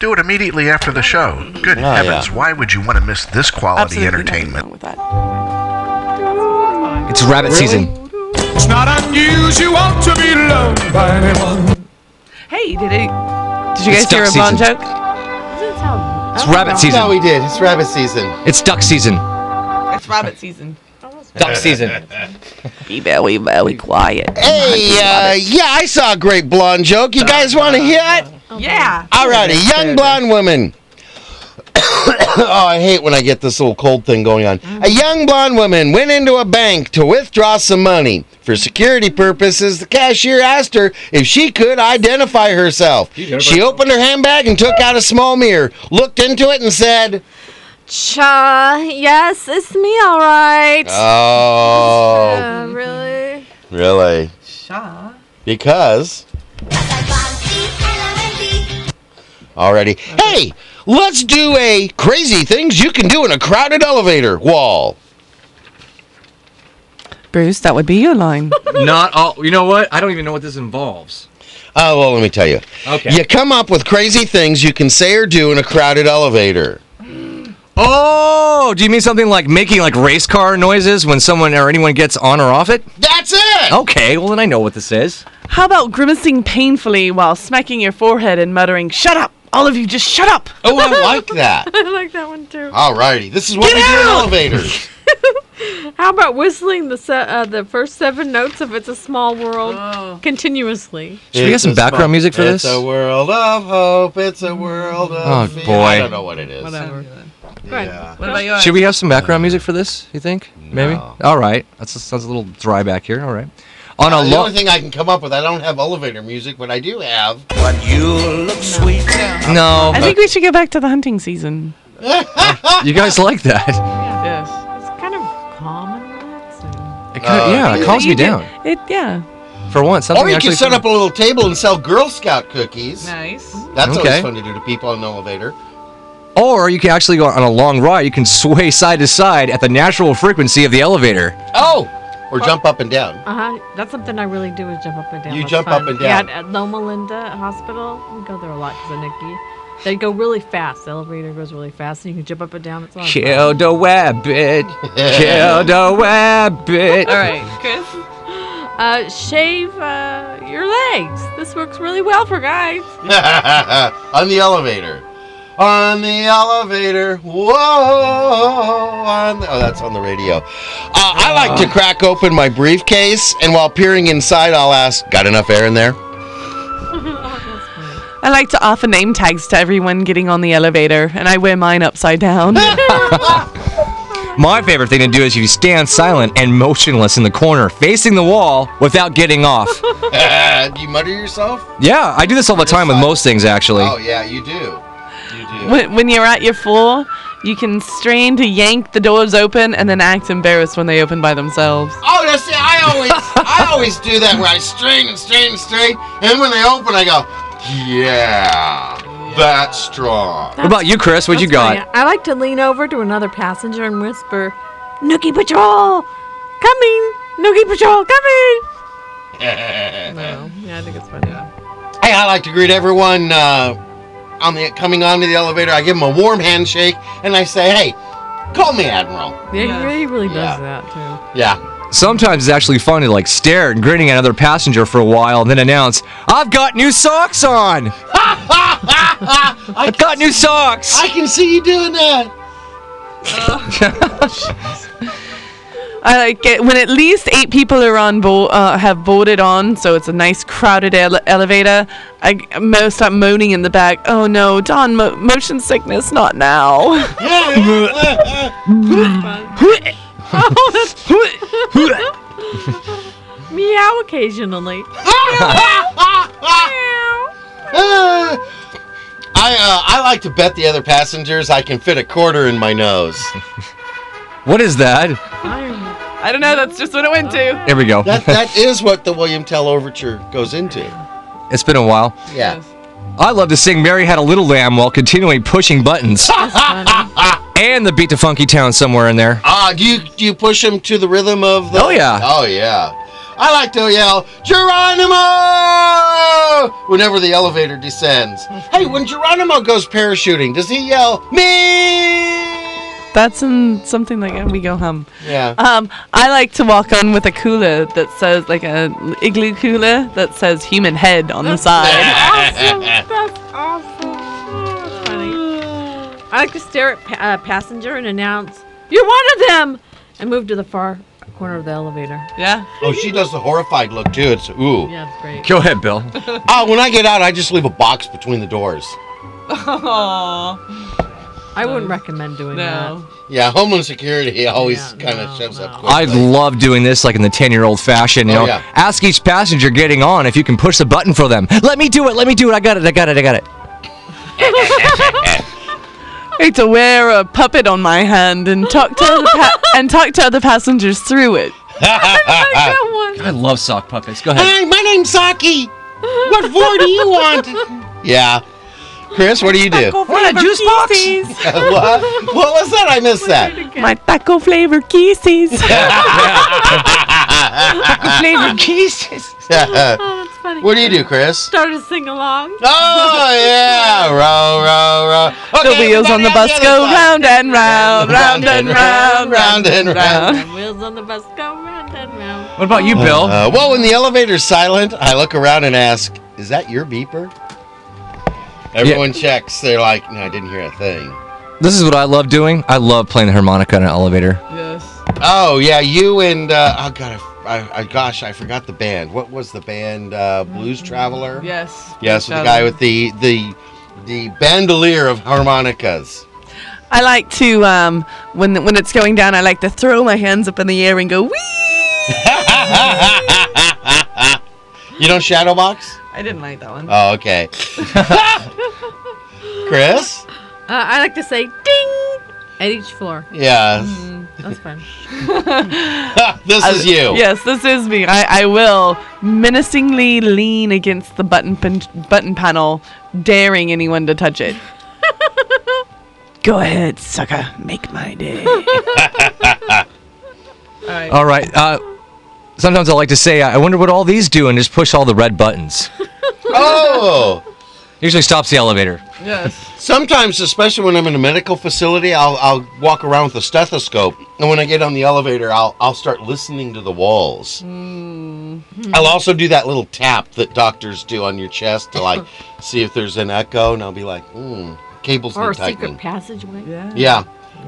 S13: Do it immediately after the show. Good
S18: Ah,
S13: heavens,
S18: yeah.
S13: why would you want to miss this quality
S6: Absolutely nothing
S13: entertainment?
S7: It's rabbit season.
S5: It's not unusual to be loved by anyone.
S6: Hey, did it? Did you guys
S7: It's
S6: hear a
S7: duck
S6: Bon
S7: season.
S6: joke?
S7: It's rabbit season.
S18: No, we did. It's rabbit season.
S7: It's duck season.
S6: It's rabbit season.
S7: Duck season.
S6: Be very, very quiet.
S18: Hey, uh, yeah, I saw a great blonde joke. You guys want to hear it?
S6: Yeah.
S18: All right, a young blonde woman. oh, I hate when I get this little cold thing going on.
S2: Mm.
S18: A young blonde woman went into a bank to withdraw some money. For security purposes, the cashier asked her if she could identify herself. She opened her handbag and took out a small mirror, looked into it, and said,
S3: Cha, yes, it's me, all right.
S18: Oh,
S3: Uh, really?
S18: really?
S6: Sha.
S18: Because. Already. Hey, let's do a crazy things you can do in a crowded elevator wall.
S6: Bruce, that would be your line.
S7: Not all. You know what? I don't even know what this involves.
S18: Oh, well, let me tell you.
S7: Okay.
S18: You come up with crazy things you can say or do in a crowded elevator.
S7: Oh, do you mean something like making like race car noises when someone or anyone gets on or off it?
S18: That's it!
S7: Okay, well then I know what this is.
S6: How about grimacing painfully while smacking your forehead and muttering, "Shut up, all of you! Just shut up!"
S18: Oh, I like that.
S3: I like that one too.
S18: Alrighty, this is what
S6: Get
S18: we do in
S6: out!
S18: elevators.
S3: How about whistling the se- uh, the first seven notes of "It's a Small World" continuously?
S7: Should we get
S18: It's
S7: some
S18: a
S7: background
S18: small-
S7: music for
S18: it's
S7: this?
S18: a world of hope. It's a Oh, world of
S7: Oh,
S18: fear.
S7: boy.
S18: I don't know what it is.
S3: Yeah.
S6: What about yours?
S7: Should we have some background music for this? You think? Maybe. All right. That sounds a little dry back here. All right. On a
S18: Uh, the
S7: long.
S18: only thing I can come up with, I don't have elevator music, but I do have.
S5: But you look sweet now.
S7: no.
S6: I think we should go back to the hunting season.
S7: you guys like that?
S6: Yes.
S3: It's kind of calm and relaxing.
S18: Uh,
S7: It kinda- yeah, it calms me
S6: You do-
S7: down.
S6: It yeah.
S7: For once, something
S2: or you can
S7: actually
S2: set
S7: fun.
S2: up a little table and sell Girl Scout cookies.
S4: Nice.
S2: That's
S7: Okay.
S2: always fun to do to people on an elevator.
S7: Or you can actually go on a long ride. You can sway side to side at the natural frequency of the elevator.
S2: Oh, or jump up and down.
S3: Uh huh. That's something I really do is jump up and down.
S7: You
S3: That's
S7: jump up and down.
S3: Yeah, at Loma Linda Hospital, we go there a lot because of Nikki. They go really fast. The elevator goes really fast, and you can jump up and down. It's a lot of fun.
S7: Kill the rabbit. Kill the rabbit.
S3: All right, Chris. Uh, shave uh, your legs. This works really well for guys.
S2: on the elevator. On the elevator. Whoa. On the, oh, that's on the radio. Uh, I like to crack open my briefcase, and while peering inside, I'll ask, Got enough air in there?
S6: I like to offer name tags to everyone getting on the elevator, and I wear mine upside down.
S7: My favorite thing to do is you stand silent and motionless in the corner, facing the wall without getting off.
S2: do you mutter yourself?
S7: yeah, I do this all the time with most things, actually.
S2: Oh, yeah, you do.
S6: when, when you're at your floor, you can strain to yank the doors open and then act embarrassed when they open by themselves.
S2: Oh, that's it. I always, I always do that where I strain and strain and strain, and when they open, I go, yeah, that's strong.
S7: What about you, Chris? What you got?
S3: Yeah, I like to lean over to another passenger and whisper, "Nookie Patrol, coming! Nookie Patrol, coming!"
S2: no,
S3: yeah, I think it's funny.
S2: Hey, I like to greet everyone uh, on the coming onto the elevator. I give them a warm handshake, and I say, hey, call me Admiral.
S3: Yeah, he really, really
S2: Yeah.
S3: does that too.
S2: Yeah.
S7: Sometimes it's actually fun to like stare and grinning at another passenger for a while and then announce, I've got new socks on!
S2: I
S7: I've got new socks!
S2: I can see you doing that.
S6: I like it when at least eight people are on board, uh, have boarded on, so it's a nice crowded ele- elevator. I most start moaning in the back. Oh no, Don, mo- motion sickness, not now.
S3: Meow occasionally.
S2: I uh, I like to bet the other passengers I can fit a quarter in my nose.
S7: what is that?
S6: I don't know. That's just what it went to.
S7: There we go.
S2: That that is what the William Tell overture goes into.
S7: It's been a while.
S2: Yeah.
S7: I love to sing Mary Had a Little Lamb while continually pushing buttons. and the beat to Funky Town somewhere in there.
S2: Ah, do you do you push him to the rhythm of the?
S7: Oh, yeah.
S2: Oh yeah. I like to yell Geronimo whenever the elevator descends. Hey, when Geronimo goes parachuting, does he yell me?
S6: That's in something like we go hum.
S2: Yeah.
S6: Um, I like to walk on with a cooler that says like a igloo cooler that says human head on the side.
S3: That's awesome. That's funny. I like to stare at pa- uh, passenger and announce, "You're one of them," and move to the far corner of the elevator.
S6: Yeah.
S2: Oh, she does the horrified look too. It's ooh.
S3: Yeah, it's great.
S7: Go ahead, Bill.
S2: Ah, when I get out, I just leave a box between the doors.
S3: I wouldn't recommend doing
S6: no.
S2: Yeah, Homeland Security always kind of shoves up. Quick.
S7: I love doing this like in the 10 year old fashion. You
S2: Oh,
S7: know,
S2: yeah.
S7: ask each passenger getting on if you can push the button for them. Let me do it. Let me do it. I got it. I got it. I got it.
S6: I hate to wear a puppet on my hand and talk to other pa- and talk to other passengers through it.
S7: I love sock puppets. Go ahead.
S2: Hi, my name's Saki. What floor do you want? Yeah. Chris, what do you do?
S6: Want a juice box?
S2: what? what was that? I missed that.
S6: My taco flavor kisses.
S2: flavor
S6: kisses.
S3: Oh, that's funny.
S2: What do you do, Chris?
S3: Start to sing along.
S2: Oh yeah, row, row, row.
S6: the wheels on the bus go round and round, round and round,
S2: round and round.
S3: Wheels on the bus go round and round.
S7: What about you, Bill?
S2: Uh, well, when the elevator's silent, I look around and ask, "Is that your beeper?" Everyone checks. They're like, "No, I didn't hear a thing."
S7: This is what I love doing. I love playing the harmonica in an elevator.
S2: Oh yeah, you and uh, oh god, I, I, I- gosh, I forgot the band. What was the band? Uh, Blues Traveler.
S6: Yes.
S2: Yes, with the guy with the the the bandolier of harmonicas.
S6: I like to um, when when it's going down. I like to throw my hands up in the air and go wee.
S2: You know Shadowbox?
S6: I didn't like that one.
S2: Oh, okay. Chris?
S3: Uh, I like to say ding, At each floor.
S2: Yeah.
S3: Mhm, That's fun.
S2: this is you.
S6: Yes, this is me. I, I will menacingly lean against the button pan- button panel, daring anyone to touch it. Go ahead, sucker. Make my day.
S7: All right. Uh, sometimes I like to say, I wonder what all these do, and just push all the red buttons.
S2: Oh.
S7: Usually stops the elevator.
S4: Yes.
S2: Sometimes, especially when I'm in a medical facility, I'll, I'll walk around with a stethoscope, and when I get on the elevator, I'll I'll start listening to the walls. I'll also do that little tap that doctors do on your chest to like see if there's an echo, and I'll be like, hmm, cables
S3: Or a
S2: need
S3: secret
S2: tightening.
S3: passageway.
S2: Yeah,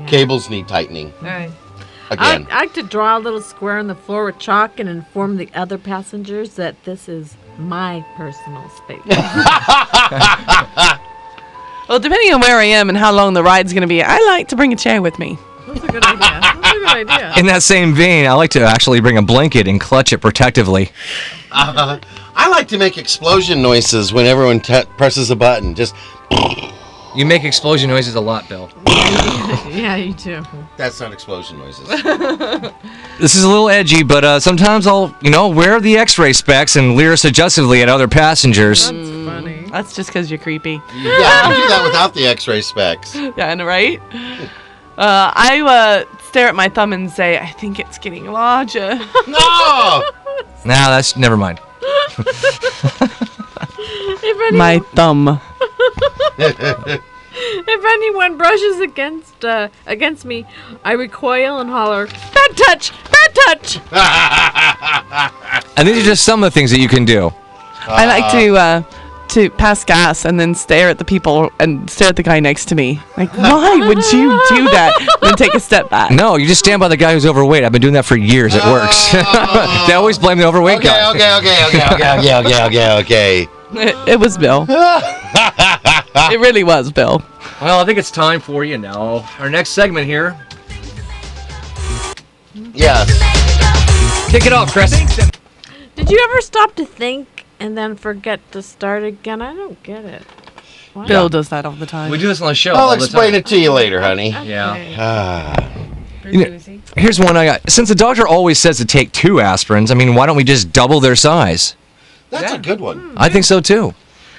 S2: cables need tightening.
S3: All right. I,
S2: Again.
S3: I like to draw a little square on the floor with chalk and inform the other passengers that this is my personal space.
S6: well, depending on where I am and how long the ride's going to be, I like to bring a chair with me.
S3: That's a good idea. That's a good idea.
S7: In that same vein, I like to actually bring a blanket and clutch it protectively.
S2: Uh, I like to make explosion noises when everyone t- presses a button. Just
S7: you make explosion noises a lot, Bill.
S3: yeah, you too.
S2: That's not explosion noises.
S7: This is a little edgy, but uh, sometimes I'll, you know, wear the X-ray specs and leer suggestively at other passengers.
S2: Mm.
S6: That's just because you're creepy.
S2: yeah, I do that without the X-ray specs.
S6: Yeah, I know, right? Uh, I uh, stare at my thumb and say, I think it's getting larger.
S7: Nah,
S2: No!
S7: that's never mind.
S3: If any,
S6: my thumb.
S3: if anyone brushes against uh, against me, I recoil and holler, "Bad touch! Bad touch!"
S7: And these are just some of the things that you can do.
S6: I like
S2: Ah.
S6: to uh, to pass gas and then stare at the people and stare at the guy next to me. Like, why would you do that? And then take a step back.
S7: No, you just stand by the guy who's overweight. I've been doing that for years. It works. they always blame the overweight guy.
S2: Oh. Okay, okay, okay, okay, okay, okay, okay, okay.
S6: It, it was Bill. it really was Bill.
S7: Well, I think it's time for you now. Our next segment here.
S2: Yes.
S7: Kick it off, Chris.
S3: Did you ever stop to think and then forget to start again? I don't get it. Why?
S6: Bill does that all the time.
S7: We do this on the show.
S2: I'll
S7: all the
S2: explain
S7: time.
S2: it to you later, honey.
S7: Yeah.
S2: You
S7: know, here's one I got. Since the doctor always says to take two aspirins, I mean, why don't we just double their size?
S2: That's a good one.
S7: I think so too.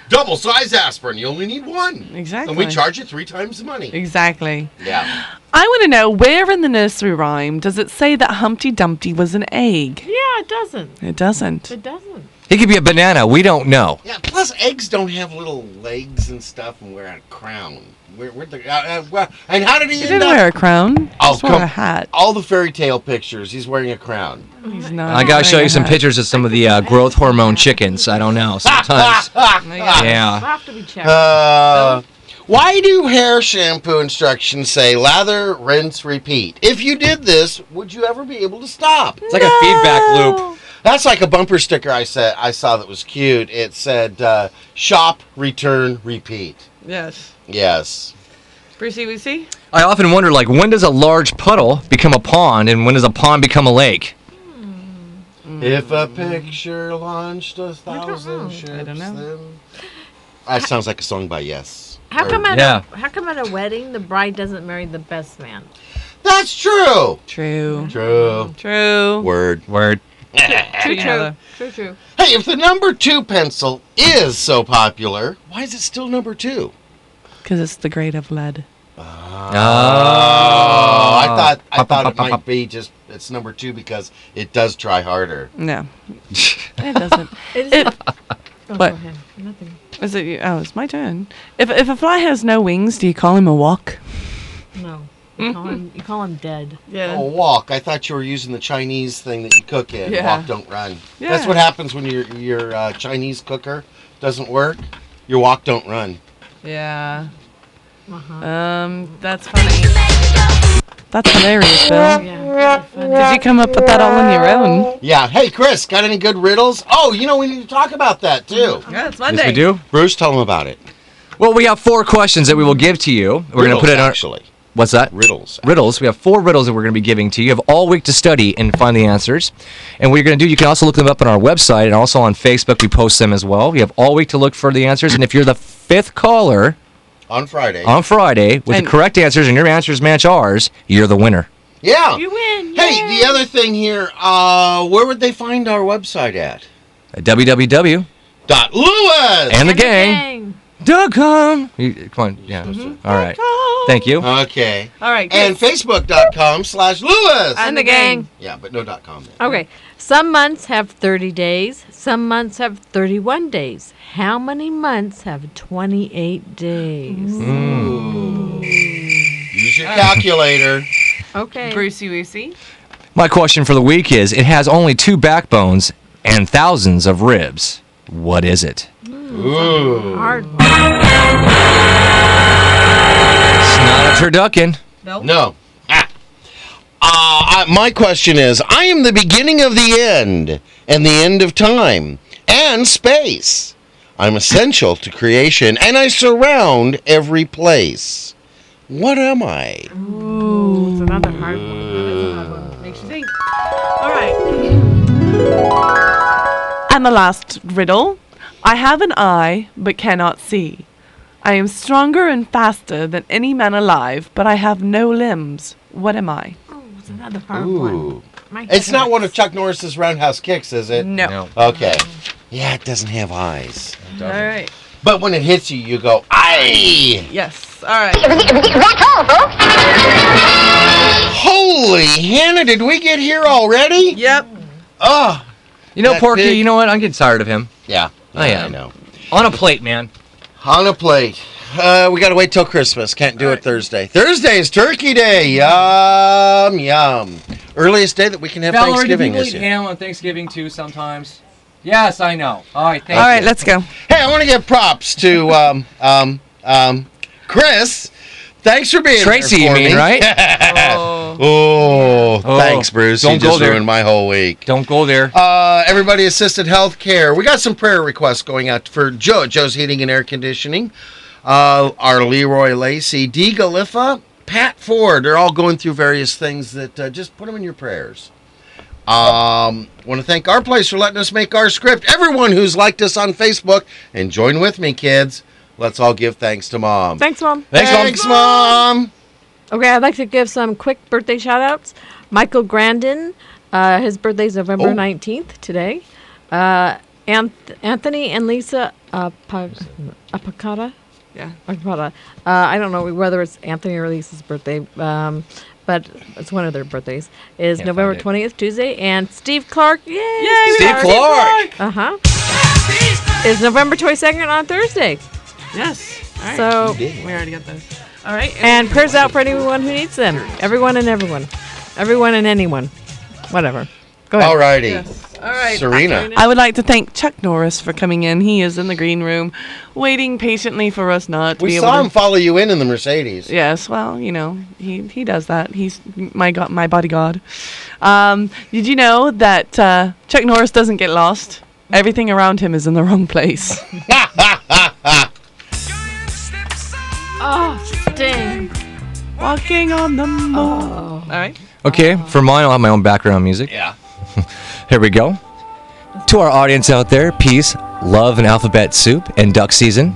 S2: Double size aspirin. You only need one.
S6: Exactly.
S2: And we charge you three times the money.
S6: Exactly.
S2: Yeah.
S6: I want to know where in the nursery rhyme does it say that Humpty Dumpty was an egg?
S3: Yeah, it doesn't.
S6: It doesn't.
S3: It doesn't.
S7: He could be a banana. We don't know.
S2: Yeah. Plus, eggs don't have little legs and stuff, and wear a crown. Where, where the, uh, uh, well, and how did he,
S6: He
S2: end
S6: didn't
S2: up-
S6: wear a crown.
S2: Oh,
S6: Just wore
S2: come-
S6: a hat.
S2: All the fairy tale pictures, he's wearing a crown.
S6: He's not.
S7: I gotta show
S6: wearing
S7: you
S6: a
S7: some
S6: hat.
S7: pictures of some of the uh, growth hormone chickens. I don't know. Sometimes. Yeah.
S3: Have to be checked.
S2: Uh, why do hair shampoo instructions say lather, rinse, repeat? If you did this, would you ever be able to stop?
S7: It's like a feedback loop.
S2: That's like a bumper sticker I said I saw that was cute. It said uh, shop, return, repeat.
S4: Yes.
S2: Yes.
S4: Brucey Woosie?
S7: I often wonder, like, when does a large puddle become a pond, and when does a pond become a lake?
S2: If a picture launched a thousand ships, I don't know. That sounds like a song by Yes.
S3: How
S2: Or-
S3: come at
S7: Yeah.
S3: a, how come at a wedding the bride doesn't marry the best man?
S2: That's true.
S6: True.
S2: True.
S6: True.
S2: Word.
S7: Word.
S3: True, true,
S6: Another.
S3: true, true.
S2: Hey, if the number two pencil is so popular, why is it still number two?
S6: Because it's the grade of lead.
S2: Oh, I thought I thought it might be just it's number two because it does try harder.
S6: No. It doesn't.
S3: It is
S6: It-
S3: not- Oh,
S6: What?
S3: Go ahead. Nothing.
S6: Is it? you- Oh, it's my turn. If if a fly has no wings, do you call him a walk?
S3: No. You call him, you call him dead.
S2: Oh, walk! I thought you were using the Chinese thing that you cook in.
S3: Yeah.
S2: Walk, don't run. That's
S3: Yeah.
S2: what happens when your your uh, Chinese cooker doesn't work. Your walk, don't run.
S6: Yeah. Um, that's funny. That's hilarious, Bill. Did you come up with that all on your own?
S2: Yeah. Hey, Chris, got any good riddles? Oh, you know we need to talk about that too.
S4: Yeah, it's
S7: Yes, we do.
S2: Bruce, tell them about it.
S7: Well, we have four questions that we will give to you. We're gonna put it
S2: Riddles,
S7: on.
S2: actually.
S7: What's that?
S2: Riddles.
S7: Riddles. We have four riddles that we're going to be giving to you. You have all week to study and find the answers. And what you're going to do, you can also look them up on our website and also on Facebook. We post them as well. You have all week to look for the answers. And if you're the fifth caller
S2: on Friday.
S7: on Friday with
S2: And-
S7: the correct answers and your answers match ours, you're the winner.
S2: Yeah. You win. Hey, the other thing here, uh, where would they find our website at?
S7: At www.
S2: Dot Lewis
S7: and the gang. Dot com. Mm-hmm. You- Come on, yeah. All right. Thank you.
S2: Okay.
S5: All right.
S2: And facebook.com slash Lewis.
S3: And the gang.
S2: Yeah, but no dot com. there.
S3: Okay. Some months have 30 days, some months have 31 days. How many months have 28 days?
S2: Use your calculator.
S3: Okay.
S5: Brucey Woosey.
S7: My question for the week is it has only two backbones and thousands of ribs. What is it?
S2: Ooh.
S3: Hard.
S7: It's not a turducken.
S2: No. Ah. Uh, I- my question is I am the beginning of the end and the end of time and space. I'm essential to creation and I surround every place. What am I?
S5: Ooh, it's another hard one. That is a hard one. Makes you think. All right.
S6: And the last riddle I have an eye, but cannot see. I am stronger and faster than any man alive, but I have no limbs. What am I?
S3: It's another hard
S2: Ooh. It's not one of Chuck Norris's roundhouse kicks, is it?
S6: No. No.
S2: Okay. Yeah, it doesn't have eyes.
S5: All right.
S2: But when it hits you, you go, aye!
S5: Yes. All right.
S2: Holy Hannah, did we get here already?
S5: Yep.
S2: Oh.
S7: You know,
S2: That
S7: Porky,
S2: big-
S7: you know what? I'm getting tired of him.
S2: Yeah.
S7: I
S2: yeah, I
S7: am.
S2: know.
S7: On a plate, man.
S2: On a plate. Uh, we got to wait till Christmas. Can't do it Thursday. Thursday is Turkey Day. Yum, yum. Earliest day that we can have Thanksgiving this year.
S7: ham on Thanksgiving too sometimes? Yes, I know. All right, thank
S2: All right,
S7: let's
S6: go.
S2: Hey, I want to give props to um, um, um, Chris. Thanks for being
S7: Tracy,
S2: here
S7: you
S2: for
S7: mean,
S2: me.
S7: right?
S2: oh, thanks, Bruce. You
S7: Don't go
S2: just
S7: there.
S2: ruined my whole week.
S7: Don't go there.
S2: Uh, everybody assisted health care. We got some prayer requests going out for Joe, Joe's Heating and Air Conditioning, uh, our Leroy Lacey, D. Galiffa, Pat Ford. They're all going through various things that uh, just put them in your prayers. Um, want to thank our place for letting us make our script. Everyone who's liked us on Facebook and join with me, kids. Let's all give thanks to mom.
S3: Thanks, Mom.
S2: Thanks, Mom. Thanks, Mom.
S3: Okay, I'd like to give some quick birthday shout outs. Michael Grandin, uh, his birthday's November
S2: Oh.
S3: 19th today. Uh, Anth- Anthony and Lisa uh, pa- Apicata?
S6: Yeah.
S3: Apicata. Uh, I don't know whether it's Anthony or Lisa's birthday, um, but it's one of their birthdays. Is
S6: Can't
S3: November
S6: find it.
S3: 20th, Tuesday. And Steve Clark. Yay!
S6: we Steve got Steve Clark.
S3: Uh huh. Uh-huh. Is November 22nd on Thursday.
S6: Yes. All right.
S3: So-
S6: we already got those. All right.
S3: And prayers out for anyone who needs them. Everyone and everyone. Everyone and anyone. Whatever. Go ahead.
S2: Alrighty.
S6: All right.
S2: Serena.
S6: I would like to thank Chuck Norris for coming in. He is in the green room, waiting patiently for us not to be
S2: We
S6: able
S2: saw
S6: to.
S2: him follow you in in the Mercedes.
S6: Yes, well, you know, he, he does that. He's my go- my bodyguard. Um, did you know that uh, Chuck Norris doesn't get lost? Everything around him is in the wrong place.
S3: Oh, sting.
S6: Walking on the moon. All right.
S7: Okay, for mine, I'll have my own background music.
S2: Yeah.
S7: Here we go. To our audience out there, peace, love, and alphabet soup and duck season.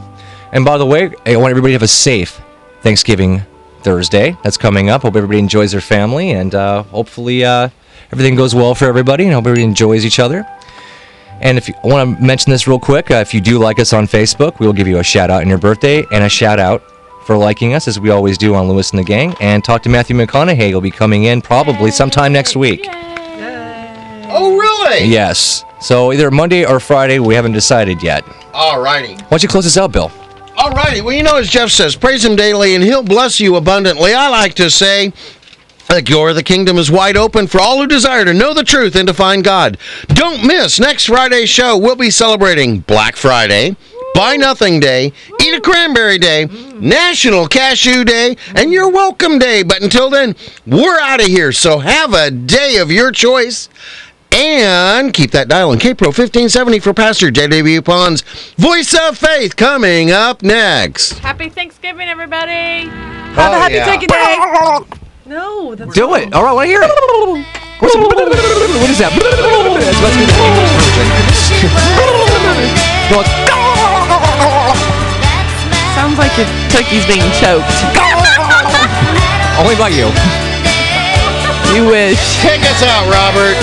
S7: And by the way, I want everybody to have a safe Thanksgiving Thursday. That's coming up. Hope everybody enjoys their family and uh, hopefully uh, everything goes well for everybody and hope everybody enjoys each other. And if you I want to mention this real quick, uh, if you do like us on Facebook, we will give you a shout out on your birthday and a shout out for liking us as we always do on Lewis and the Gang. And talk to Matthew McConaughey. He'll be coming in probably sometime next week.
S2: Oh, really?
S7: Yes. So either Monday or Friday, we haven't decided yet.
S2: Alrighty.
S7: Why don't you close this out, Bill?
S2: All righty. Well, you know, as Jeff says, praise him daily and he'll bless you abundantly. I like to say, the door of the kingdom is wide open for all who desire to know the truth and to find God. Don't miss next Friday's show. We'll be celebrating Black Friday, Buy Nothing Day, Eat a Cranberry Day,
S5: Mm.
S2: National Cashew Day, and Your Welcome Day. But until then, we're out of here. So have a day of your choice. And keep that dial on KPRO 1570 for Pastor J.W. Pons. Voice of Faith coming up next.
S3: Happy Thanksgiving, everybody.
S2: Have a Oh, happy yeah. turkey
S3: day.
S6: No, that's
S7: Do it. All right, I want to hear it. What's what is that? That's supposed to be the English version. Go on.
S6: Sounds like your turkey's being choked.
S7: Only by you.
S6: You wish.
S5: Take us out, Robert.